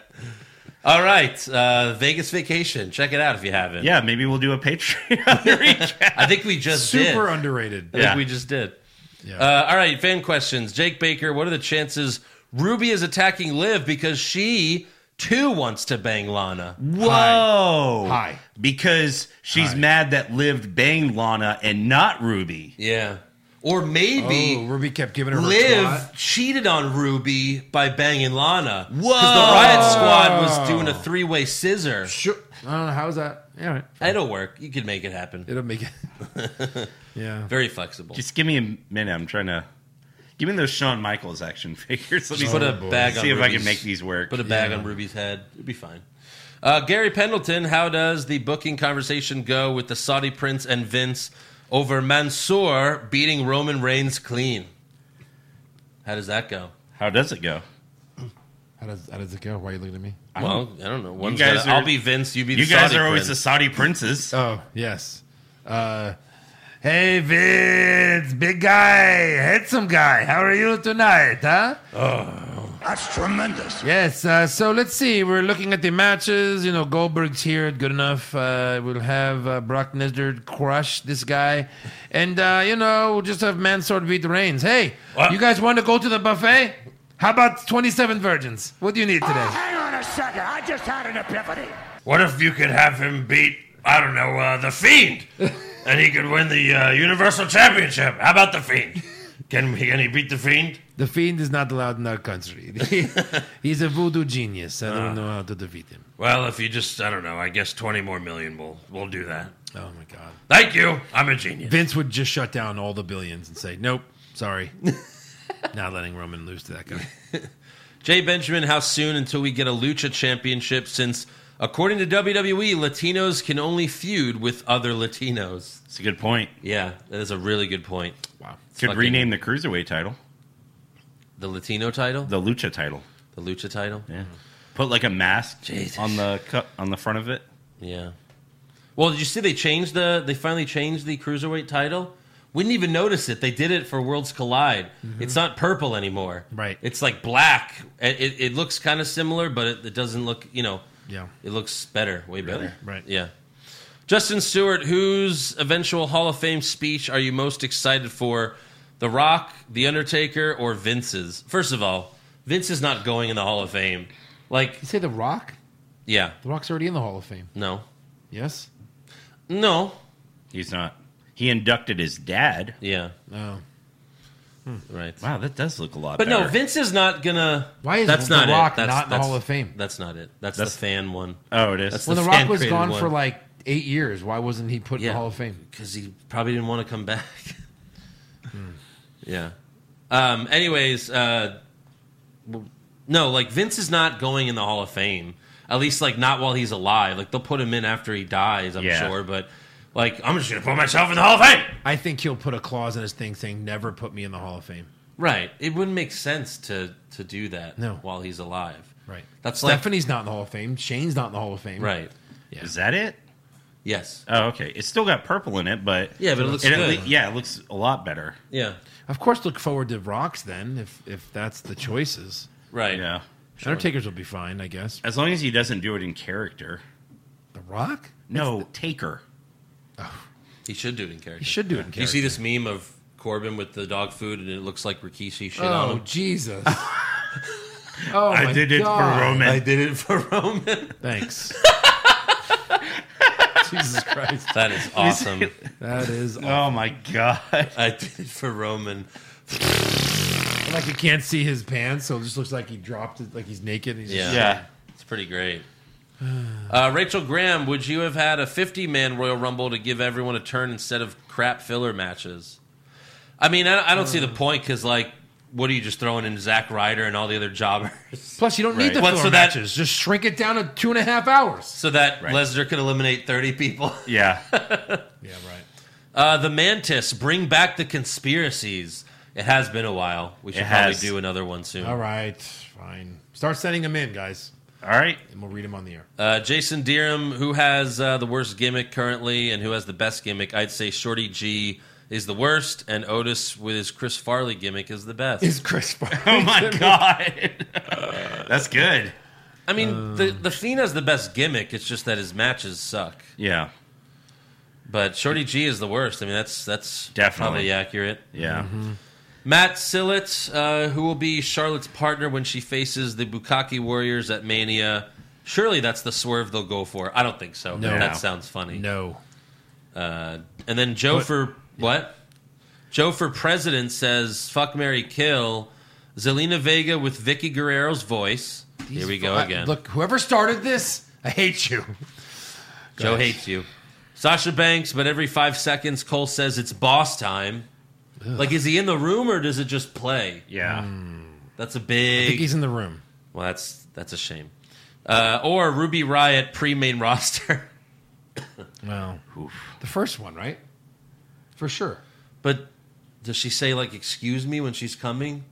E: All right, uh, Vegas vacation. Check it out if you haven't.
F: Yeah, maybe we'll do a Patreon recap.
E: I think we just did.
A: Super underrated.
E: I think
F: Yeah.
E: we just did.
A: Yeah.
E: Uh, all right, fan questions. Jake Baker, what are the chances Ruby is attacking Liv because she too wants to bang Lana?
F: Whoa.
A: Hi.
F: Because she's mad that Liv banged Lana and not Ruby.
E: Yeah. Or maybe
A: Oh, Ruby kept giving her her
E: Liv
A: twat.
E: cheated on Ruby by banging Lana. Whoa! the Riot Squad was doing a three-way scissor.
A: Sure. I don't know. How's that? Yeah, all right.
E: It'll work. You could make it happen.
A: It'll make it. yeah.
E: Very flexible.
F: Just give me a minute. I'm trying to. Give me those Shawn Michaels action figures. Let me
M: Oh,
E: Put a bag on
F: see if I
E: Ruby's-
F: can make these work.
E: Put a bag on Ruby's head. It'd be fine. Uh, Gary Pendleton, how does the booking conversation go with the Saudi prince and Vince over Mansoor beating Roman Reigns clean? How does that go?
F: How does it go?
A: How does how does it go? Why are you looking at me?
E: Well, I don't know. One's
F: guys
E: gotta- I'll
F: are-
E: be Vince. You be the
F: You guys
E: Saudi
F: are always the
E: prince.
F: Saudi princes.
A: Oh yes. Uh, hey Vince, big guy, handsome guy. How are you tonight, huh?
J: That's tremendous.
A: Yes. Uh, so let's see. We're looking at the matches. You know, Goldberg's here. Good enough. Uh, we'll have uh, Brock Lesnar crush this guy, and uh, you know, we'll just have Mansoor beat Reigns. Hey, you guys want to go to the buffet? How about twenty-seven virgins? What do you need today?
J: Hang on a second. I just had an epiphany.
M: What if you could have him beat, I don't know, uh, The Fiend? and he could win the uh, Universal Championship. How about The Fiend? Can, can he beat The Fiend?
A: The fiend is not allowed in our country. He's a voodoo genius. I don't know how to defeat him.
M: Well, if you just, I don't know, I guess 20 more million will will do that.
A: Oh my god.
M: Thank you. I'm a genius.
A: Vince would just shut down all the billions and say, "Nope, sorry, not letting Roman lose to that guy."
E: Jay Benjamin, how soon until we get a lucha championship? Since according to WWE, Latinos can only feud with other Latinos.
F: It's a good point.
E: Yeah, that is a really good point.
A: Wow.
F: Could
E: fucking-
F: rename the cruiserweight title
E: The Latino title, the,
F: the lucha title.
E: lucha title.
F: Yeah. Put like a mask
E: Jesus.
F: on the cu- on the front of it.
E: Yeah. Well, did you see they changed the? They finally changed the cruiserweight title. We didn't even notice it. They did it for Worlds Collide. It's not purple anymore.
A: Mm-hmm. Right.
E: It's like black. It, it, it looks kind of similar, but it, it doesn't look. You know.
A: Yeah.
E: It looks better, way better.
A: Right.
E: Yeah. Justin Stewart, whose eventual Hall of Fame speech are you most excited for? The Rock, The Undertaker, or Vince's? First of all, Vince is not going in the Hall of Fame. Like,
A: You say The Rock?
E: yeah,
A: The Rock's already in the Hall of Fame.
E: no,
A: Yes.
E: no,
F: He's not. He inducted his dad.
E: yeah,
A: No. Hmm.
E: right.
F: Wow, that does look a lot.
E: But no,
F: better.
E: Vince is not gonna.
A: Why is
E: that's
A: The
E: not
A: Rock
E: it. That's,
A: not in the
E: that's-
A: Hall of Fame?
E: That's not it. That's,
F: That's-
E: the fan one.
F: Oh, it is.
E: That's
A: When
E: the
A: The
E: fan
A: Rock was
E: created
A: gone
E: one.
A: for like eight years, why wasn't he put in
E: Yeah.
A: the Hall of Fame?
E: because he probably didn't want to come back.
A: Hmm.
E: Yeah. Um, anyways, uh, w- no, like Vince is not going in the Hall of Fame. At least, like not while he's alive. Like they'll put him in after he dies. I'm
F: Yeah.
E: sure, but like I'm
M: I'm just going to put myself in the Hall of Fame.
A: I think he'll put a clause in his thing saying, "Never put me in the Hall of Fame."
E: right. It wouldn't make sense to to do that.
A: No.
E: while he's alive.
A: Right.
E: That's like
A: Stephanie's not in the Hall of Fame. Shane's not in the Hall of Fame.
E: right.
F: Is that it?
E: Yes.
F: Oh, okay. It's still got purple in it, but
E: Yeah, but it looks
F: at
E: good.
F: lea- yeah, it looks a lot better.
E: Yeah.
A: Of course, look forward to Rock's then, if if that's the choices.
E: Right.
F: Yeah,
A: Undertaker's will be fine, I guess.
F: as long as he doesn't do it in character.
A: The Rock?
F: No, Taker.
E: He should do it in character.
A: He should do it. In
E: Do you see this meme of Corbin with the dog food and it looks like Rikishi shit on
A: Oh
E: him?
A: Jesus! oh, my
F: I did it
A: God.
F: for Roman.
E: I did it for Roman.
A: Thanks. Jesus Christ,
E: that is awesome.
A: that is aw-
F: oh my god!
E: I did it for Roman.
A: like you can't see his pants, so it just looks like he dropped it, like he's naked. and he's just-
E: Yeah.
F: Yeah.
E: It's pretty great. Uh, Rachel Graham, would you have had a 50 man Royal Rumble to give everyone a turn instead of crap filler matches? I mean, I, I don't
A: Uh.
E: see the point because, like, what are you just throwing in Zack Ryder and all the other jobbers?
A: Plus, you don't need the
E: Well,
A: filler
E: so that-
A: matches. Just shrink it down to two and a half hours.
E: So that Lesnar could eliminate 30 people.
F: Yeah,
A: Yeah, right.
E: Uh, the Mantis, bring back the conspiracies. It has been a while. We should
F: It
E: probably
F: has.
E: do another one soon.
A: All right, fine. Start sending them in, guys,
F: all right.
A: and we'll read them on the air.
E: Uh, Jason Deerham, who has uh, the worst gimmick currently and who has the best gimmick? I'd say Shorty G is the worst, and Otis with his Chris Farley gimmick is the best.
A: Is Chris?
F: Oh my god, that's good.
E: I mean, the the Fiend has the best gimmick. It's just that his matches suck.
F: Yeah,
E: But Shorty G is the worst. I mean, that's that's
F: Definitely.
E: probably accurate.
F: yeah.
E: Matt Sillett, uh, who will be Charlotte's partner when she faces the Bukaki Warriors at Mania. Surely that's the swerve they'll go for. I don't think so.
A: No.
E: That sounds funny.
A: no.
E: Uh, and then Joe
A: But-
E: for what? Joe for President says, fuck Mary Kill. Zelina Vega with Vicky Guerrero's voice. Here we go
B: I-
E: again.
B: look, whoever started this, I hate you.
E: Joe hates you. Sasha Banks, but every five seconds, Cole says it's boss time. Like, is he in the room or does it just play? Yeah. That's a big.
N: I think he's in the room.
E: Well, that's that's a shame. Uh, or Ruby Riot pre main roster.
N: Well,
B: the first one, right? For sure.
E: But does she say like "excuse me" when she's coming?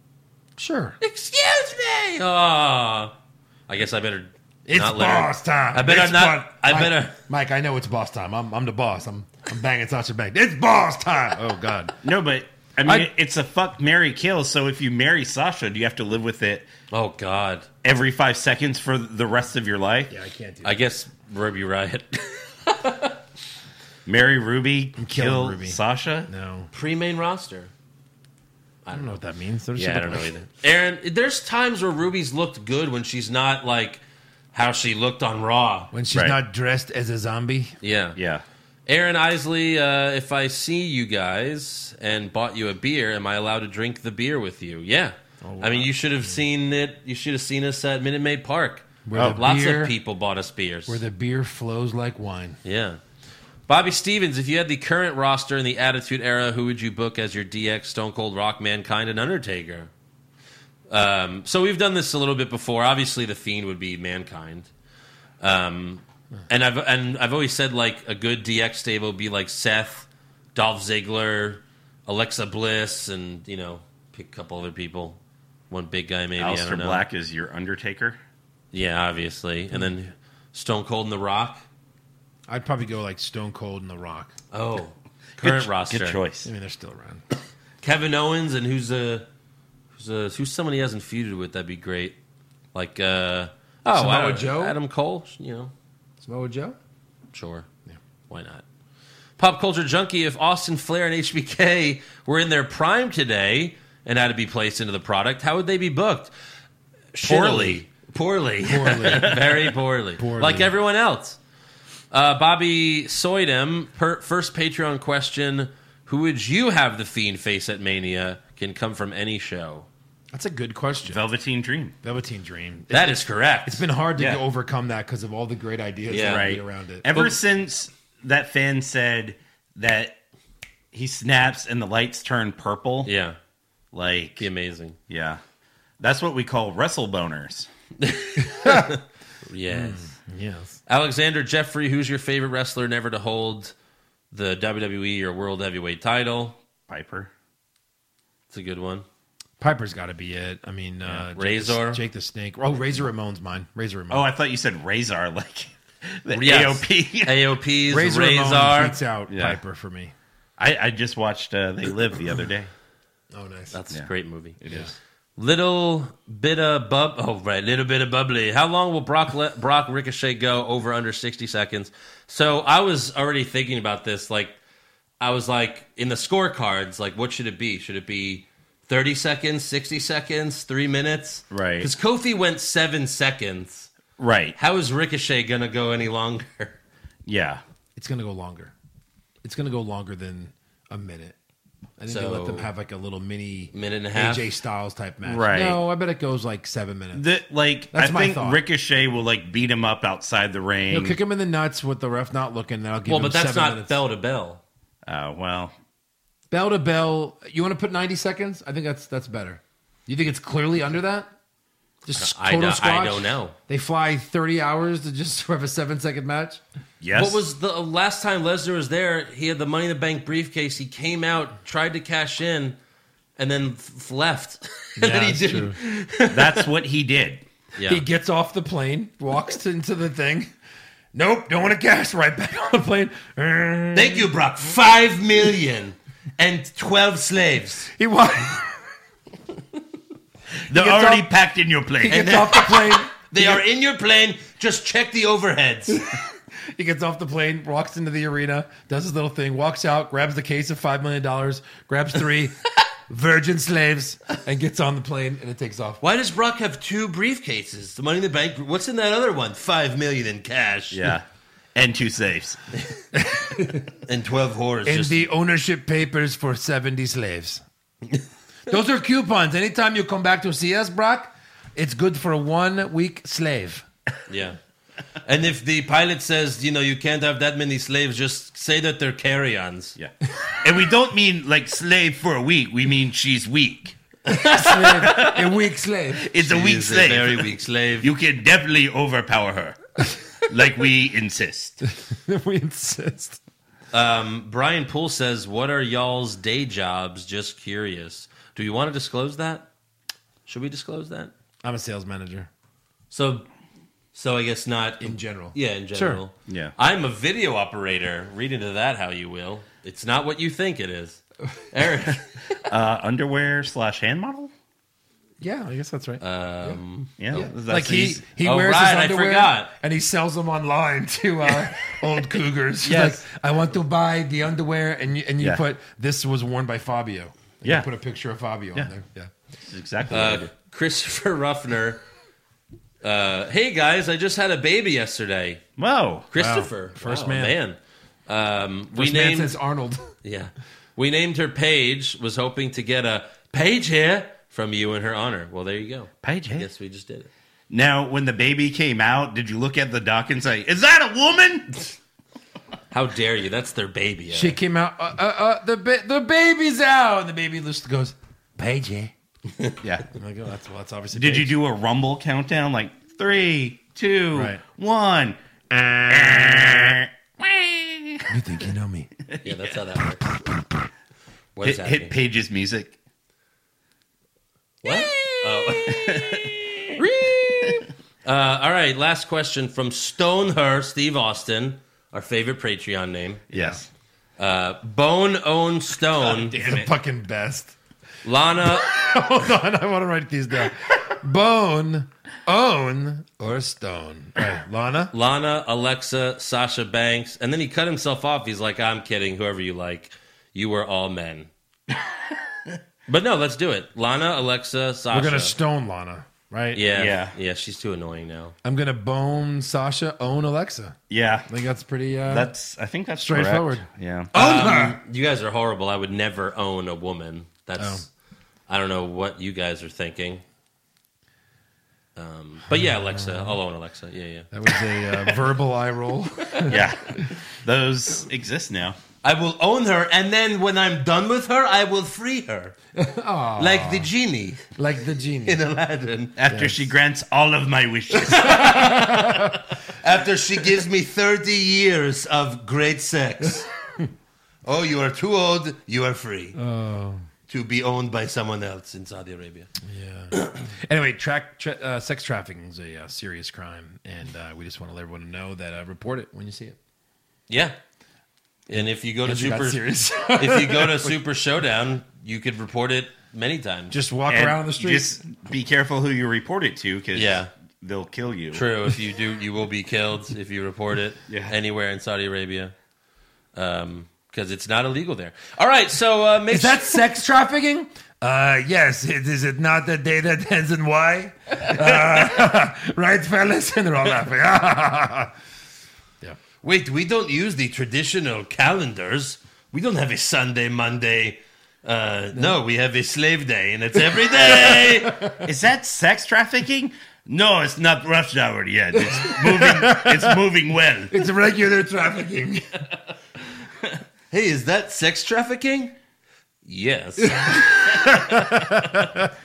B: Sure.
E: Excuse me. Oh, I guess I better.
B: It's
E: not let her-
B: boss time.
E: I better
B: It's
E: not.
B: fun.
E: I
B: Mike-
E: better.
B: Mike, I know it's boss time. I'm, I'm the boss. I'm I'm banging Sasha Banks. It's boss time. Oh God.
H: No, but I mean, it's a fuck Mary kill. So if you marry Sasha, do you have to live with it?
E: Oh God!
H: Every five seconds for the rest of your life.
B: Yeah, I can't do.
E: I guess Ruby Riot.
H: Marry Ruby,
E: killing
H: kill
E: Ruby.
H: Sasha.
B: No,
E: pre main roster. I
B: don't know what that means. There's
E: yeah, I don't know either. Aaron, there's times where Ruby's looked good when she's not like how she looked on Raw.
N: When she's not dressed as a zombie.
E: Yeah.
H: Yeah.
E: Aaron Isley, uh, if I see you guys and bought you a beer, am I allowed to drink the beer with you? Yeah.
N: Oh,
E: I mean, you should have seen it. You should have seen us at Minute Maid Park.
N: Where the
E: Lots
N: beer-
E: of people bought us beers.
N: Where the beer flows like wine.
E: Yeah. Bobby Stevens, if you had the current roster in the Attitude Era, who would you book as your DX, Stone Cold, Rock, Mankind, and Undertaker? Um, so we've done this a little bit before. Obviously, the Fiend would be Mankind, um, and I've and I've always said like a good DX stable would be like Seth, Dolph Ziggler, Alexa Bliss, and you know pick a couple other people, one big guy maybe. I
H: Alistair
E: don't know.
H: Black is your Undertaker.
E: yeah, obviously, and then Stone Cold and The Rock.
A: I'd probably go like Stone Cold and The Rock.
E: Oh, current
A: Good-
E: roster.
A: good choice. I mean, they're still around.
E: Kevin Owens and who's a who's a who's someone he hasn't feuded with? That'd be great. Like uh, oh,
B: Samoa
E: Adam-
B: Joe?
E: Adam Cole. You know,
B: Samoa Joe.
E: sure. Why not? Pop culture junkie. If Austin Flair and HBK were in their prime today and had to be placed into the product, how would they be booked?
H: Poorly.
E: poorly,
H: Poorly.
E: very poorly.
H: Poorly.
E: like everyone else. Uh, Bobby Soydem, per, first Patreon question: Who would you have the Fiend face at Mania? Can come from any show.
A: That's a good question.
H: Velveteen Dream.
A: Velveteen Dream.
E: That is correct.
A: It's been hard to
H: Yeah.
A: overcome that because of all the great ideas that
H: right.
A: right. around it.
H: Ever since that fan said that he snaps and the lights turn purple.
E: Yeah.
H: Like
E: amazing.
H: Yeah. That's what we call wrestle boners.
E: Yes.
A: yes.
E: Alexander Jeffrey, who's your favorite wrestler never to hold the WWE or World Heavyweight title?
H: Piper.
E: It's a good one.
A: Piper's got to be it. I mean, uh, Jake the-
E: Razor.
A: Jake the Snake. Oh, Razor Ramon's mine. Razor Ramon.
H: Oh, I thought you said Razor, like the
A: Yes.
H: AOP.
E: AOP's
A: Razor Ramon Razor. beats out Piper
H: for
A: me.
H: I, I just watched uh, They Live the other day.
A: Oh, nice.
E: That's
H: Yeah.
E: a great movie.
H: It is.
E: Little bit of bub. Oh, right. Little bit of bubbly. How long will Brock let Brock Ricochet go over under sixty seconds? So I was already thinking about this. Like I was like in the scorecards. Like what should it be? Should it be thirty seconds, sixty seconds, three minutes?
H: Right.
E: Because Kofi went seven seconds.
H: Right.
E: How is Ricochet gonna go any longer?
H: Yeah.
A: It's going to go longer. It's going to go longer than a minute. I think they
E: So-
A: let them have like a little mini
E: Minute and a half?
A: AJ Styles type match.
H: Right.
A: No, I bet it goes like seven minutes.
H: The, like
A: That's
H: I
A: my
H: think
A: thought.
H: Ricochet will like beat him up outside the
A: He'll
H: ring.
A: kick him in the nuts with the ref not looking. Then I'll give
E: well,
A: him
E: but that's
A: seven
E: not
A: minutes.
E: bell to bell.
H: Uh, well,
A: Bell to bell. You want to put ninety seconds? I think that's that's better. You think it's clearly under that? Just
E: I
A: total
E: don't- I
A: squash?
E: don't know.
A: They fly thirty hours to just have a seven second match.
E: What was the last time Lesnar was there? He had the Money in the Bank briefcase. He came out, tried to cash in, and then f- left. and then he
A: that's
E: didn't.
H: that's what he did.
E: Yeah.
A: He gets off the plane, walks into the thing. Nope, don't want to cash. Right back on the plane.
E: Thank you, Brock. Five million and twelve slaves.
A: He wa-
H: They're
E: He gets
H: already
E: off-
H: packed in your plane.
A: He gets off the plane.
E: They are in your plane. Just check the overheads.
A: He gets off the plane, walks into the arena, does his little thing, walks out, grabs the case of five million dollars, grabs three virgin slaves, and gets on the plane, and it takes off.
E: Why does Brock have two briefcases? The Money in the Bank. What's in that other one? Five million in cash.
H: Yeah. and two safes.
E: and 12 whores.
F: And
E: just-
F: the ownership papers for 70 slaves. Those are coupons. Anytime you come back to see us, Brock, it's good for one week slave.
E: Yeah. And if the pilot says, you know, you can't have that many slaves, just say that they're carry ons.
H: Yeah. And we don't mean like slave for a week. We mean she's weak.
F: a weak slave.
H: It's a
E: She
H: weak
E: is a
H: slave.
E: very weak slave.
H: You can definitely overpower her. like we insist.
F: we insist.
E: Um, Brian Poole says, What are y'all's day jobs? Just curious. Do you want to disclose that? Should we disclose that?
F: I'm a sales manager.
E: So, so I guess not in
F: general.
E: Yeah, in
F: Sure.
E: general.
H: Yeah.
E: I'm a video operator. Read into that how you will. It's not what you think it is, Eric.
H: Uh, underwear slash hand model?
A: Yeah, I guess that's right.
E: Um,
H: Yeah. That's
A: like he
H: easy.
A: he
E: Oh,
A: wears
E: right, I
A: his underwear
E: forgot.
A: and he sells them online to uh, old cougars.
E: Yes.
A: Like, I want to buy the underwear and you, and you
H: Yeah.
A: put this was worn by Fabio. And you
H: Yeah.
A: put a picture of Fabio
H: Yeah.
A: on there. Yeah.
H: That's exactly what I
E: Uh,
H: did.
E: Christopher Ruffner. Uh, hey guys, I just had a baby yesterday.
H: Whoa.
E: Christopher,
A: First
E: Wow,
A: man.
E: man. Um,
A: First
E: we
A: man
E: named
A: says Arnold.
E: yeah, we named her Paige. Was hoping to get a Paige here from you in her honor. Well, there you go.
H: Paige
E: I
H: here?
E: guess we just did it.
H: Now, when the baby came out, did you look at the doc and say, Is that a woman?
E: How dare you? That's their baby.
A: She
E: Eric.
A: came out. Uh, uh, uh, the ba- the baby's out, and the baby just goes.
F: Paige.
H: Yeah.
A: I'm like, oh, that's well, that's obviously.
H: Did you
A: Paige."
H: do a rumble countdown? Like three, two,
A: Right.
H: one.
F: You think you know me?
E: yeah, that's how that works. What is
H: Hit, hit
E: happening?
H: Paige's music.
E: What? Oh. uh, all right, last question from Stoneher Steve Austin, our favorite Patreon name.
H: Yes.
E: Uh, Bone Own Stone,
A: the fucking best?
E: Lana.
A: Hold on, I want to write these down. Bone, own, or stone. All right, Lana.
E: Lana, Alexa, Sasha Banks, and then he cut himself off. He's like, "I'm kidding. Whoever you like, you were all men." but no, let's do it. Lana, Alexa, Sasha.
A: We're gonna stone Lana, right?
E: yeah, yeah,
H: Yeah.
E: yeah. She's too annoying now.
A: I'm gonna bone Sasha, own Alexa.
H: Yeah.
A: I think that's pretty. Uh,
H: That's. I think that's
A: Straightforward.
H: correct. Yeah.
E: You guys are horrible. I would never own a woman. That's
A: Oh.
E: I don't know what you guys are thinking. Um, but yeah, Alexa,
A: Uh.
E: I'll own Alexa. Yeah, yeah.
A: that was a uh, verbal eye roll.
H: yeah. Those exist now.
E: I will own her, and then when I'm done with her, I will free her, like the genie
A: like the genie.
E: in Aladdin.
H: After she grants all of my wishes.
E: After she gives me thirty years of great sex. oh, you are too old. You are free
A: oh,
E: to be owned by someone else in Saudi Arabia.
A: yeah. anyway, track tra- uh, sex trafficking is a uh, serious crime, and uh, we just want to let everyone know that. Uh, report it when you see it.
E: Yeah. And if you go to
A: Andrew got
E: super,
A: serious.
E: if you go to Super Showdown, you could report it many times.
A: Just walk
H: And
A: around the street.
H: Just be careful who you report it to because
E: Yeah.
H: they'll kill you.
E: true. If you do, you will be killed if you report it
H: Yeah.
E: anywhere in Saudi Arabia, because it's not illegal there. All right, so uh, make
F: Is that
E: sure-
F: sex trafficking? Uh, yes. It, is it not the day that ends in Y? Uh, right, fellas? And they're all laughing.
E: wait. We don't use the traditional calendars. We don't have a Sunday, Monday. Uh, no. we have a slave day, and it's every day.
H: Is that sex trafficking? No, it's not rush hour yet. It's moving. it's moving well.
F: it's regular trafficking.
E: hey, is that sex trafficking? Yes.
H: High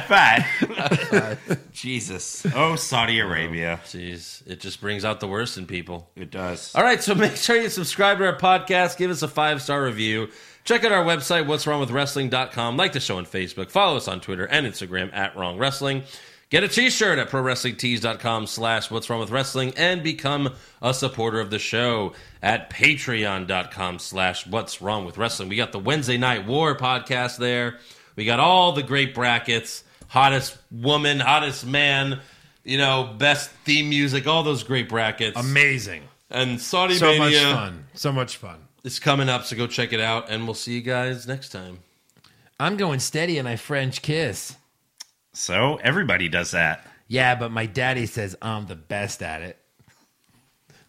H: five. Jesus. Oh, Saudi Arabia.
E: Oh, Jeez, it just brings out the worst in people.
H: It does.
E: All right, so make sure you subscribe to our podcast, give us a five star review, check out our website, what's wrong with wrestling.com, like the show on Facebook, follow us on Twitter and Instagram at wrong wrestling. Get a t-shirt at prowrestlingtees.com slash what's wrong with wrestling and become a supporter of the show at patreon.com slash what's wrong with wrestling. We got the Wednesday Night War podcast there. We got all the great brackets, hottest woman, hottest man, you know, best theme music, all those great brackets.
A: Amazing.
E: And Saudi
A: So much
E: Mania
A: fun. So much fun.
E: is coming up, so go check it out, and we'll see you guys next time.
F: I'm going steady and I French kiss.
H: So everybody does that.
F: Yeah, but my daddy says I'm the best at it.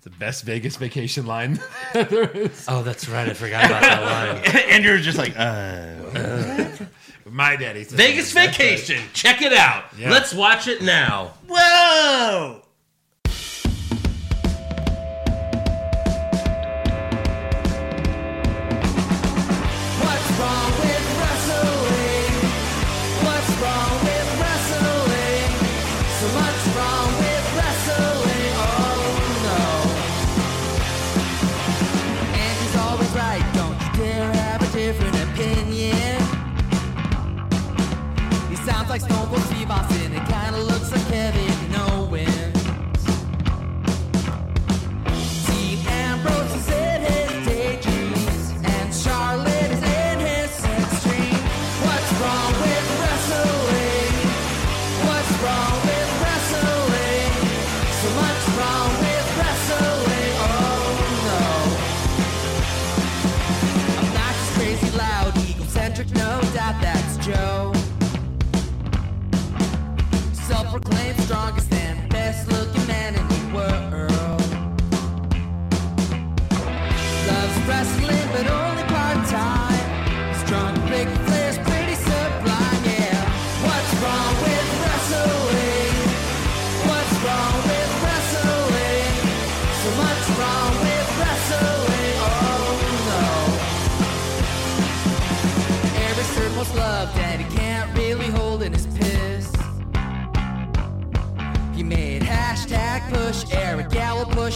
H: the best Vegas vacation line.
E: Oh, that's right. I forgot
H: about
E: that
H: line.
F: and you're just like, uh, uh.
C: My daddy. said-
E: Vegas Vacation. Check it out.
C: Yeah.
E: Let's watch it now.
F: Whoa!
B: What's wrong with wrestling? What's wrong with wrestling? So much wrong with wrestling. Oh no. And she's always right. Don't you dare have a different opinion. He sounds like Stone Cold Steve Austin. It kinda looks like Kevin Owens. Dean Ambrose is in his daydreams, and Charlotte is in his sex dream. What's wrong with wrestling? What's wrong with wrestling? So much wrong with wrestling. Oh no. Obnoxious, crazy, loud, egocentric, no doubt that's Joe. Self-proclaimed strongest and best-looking man in the world. Loves wrestling, but only part time. Strong big players, pretty sublime, yeah. What's wrong with wrestling? What's wrong with wrestling? So much wrong with wrestling, oh no. Every circle's love that he can't really hold in his piss. He made hashtag push Eric Gallo push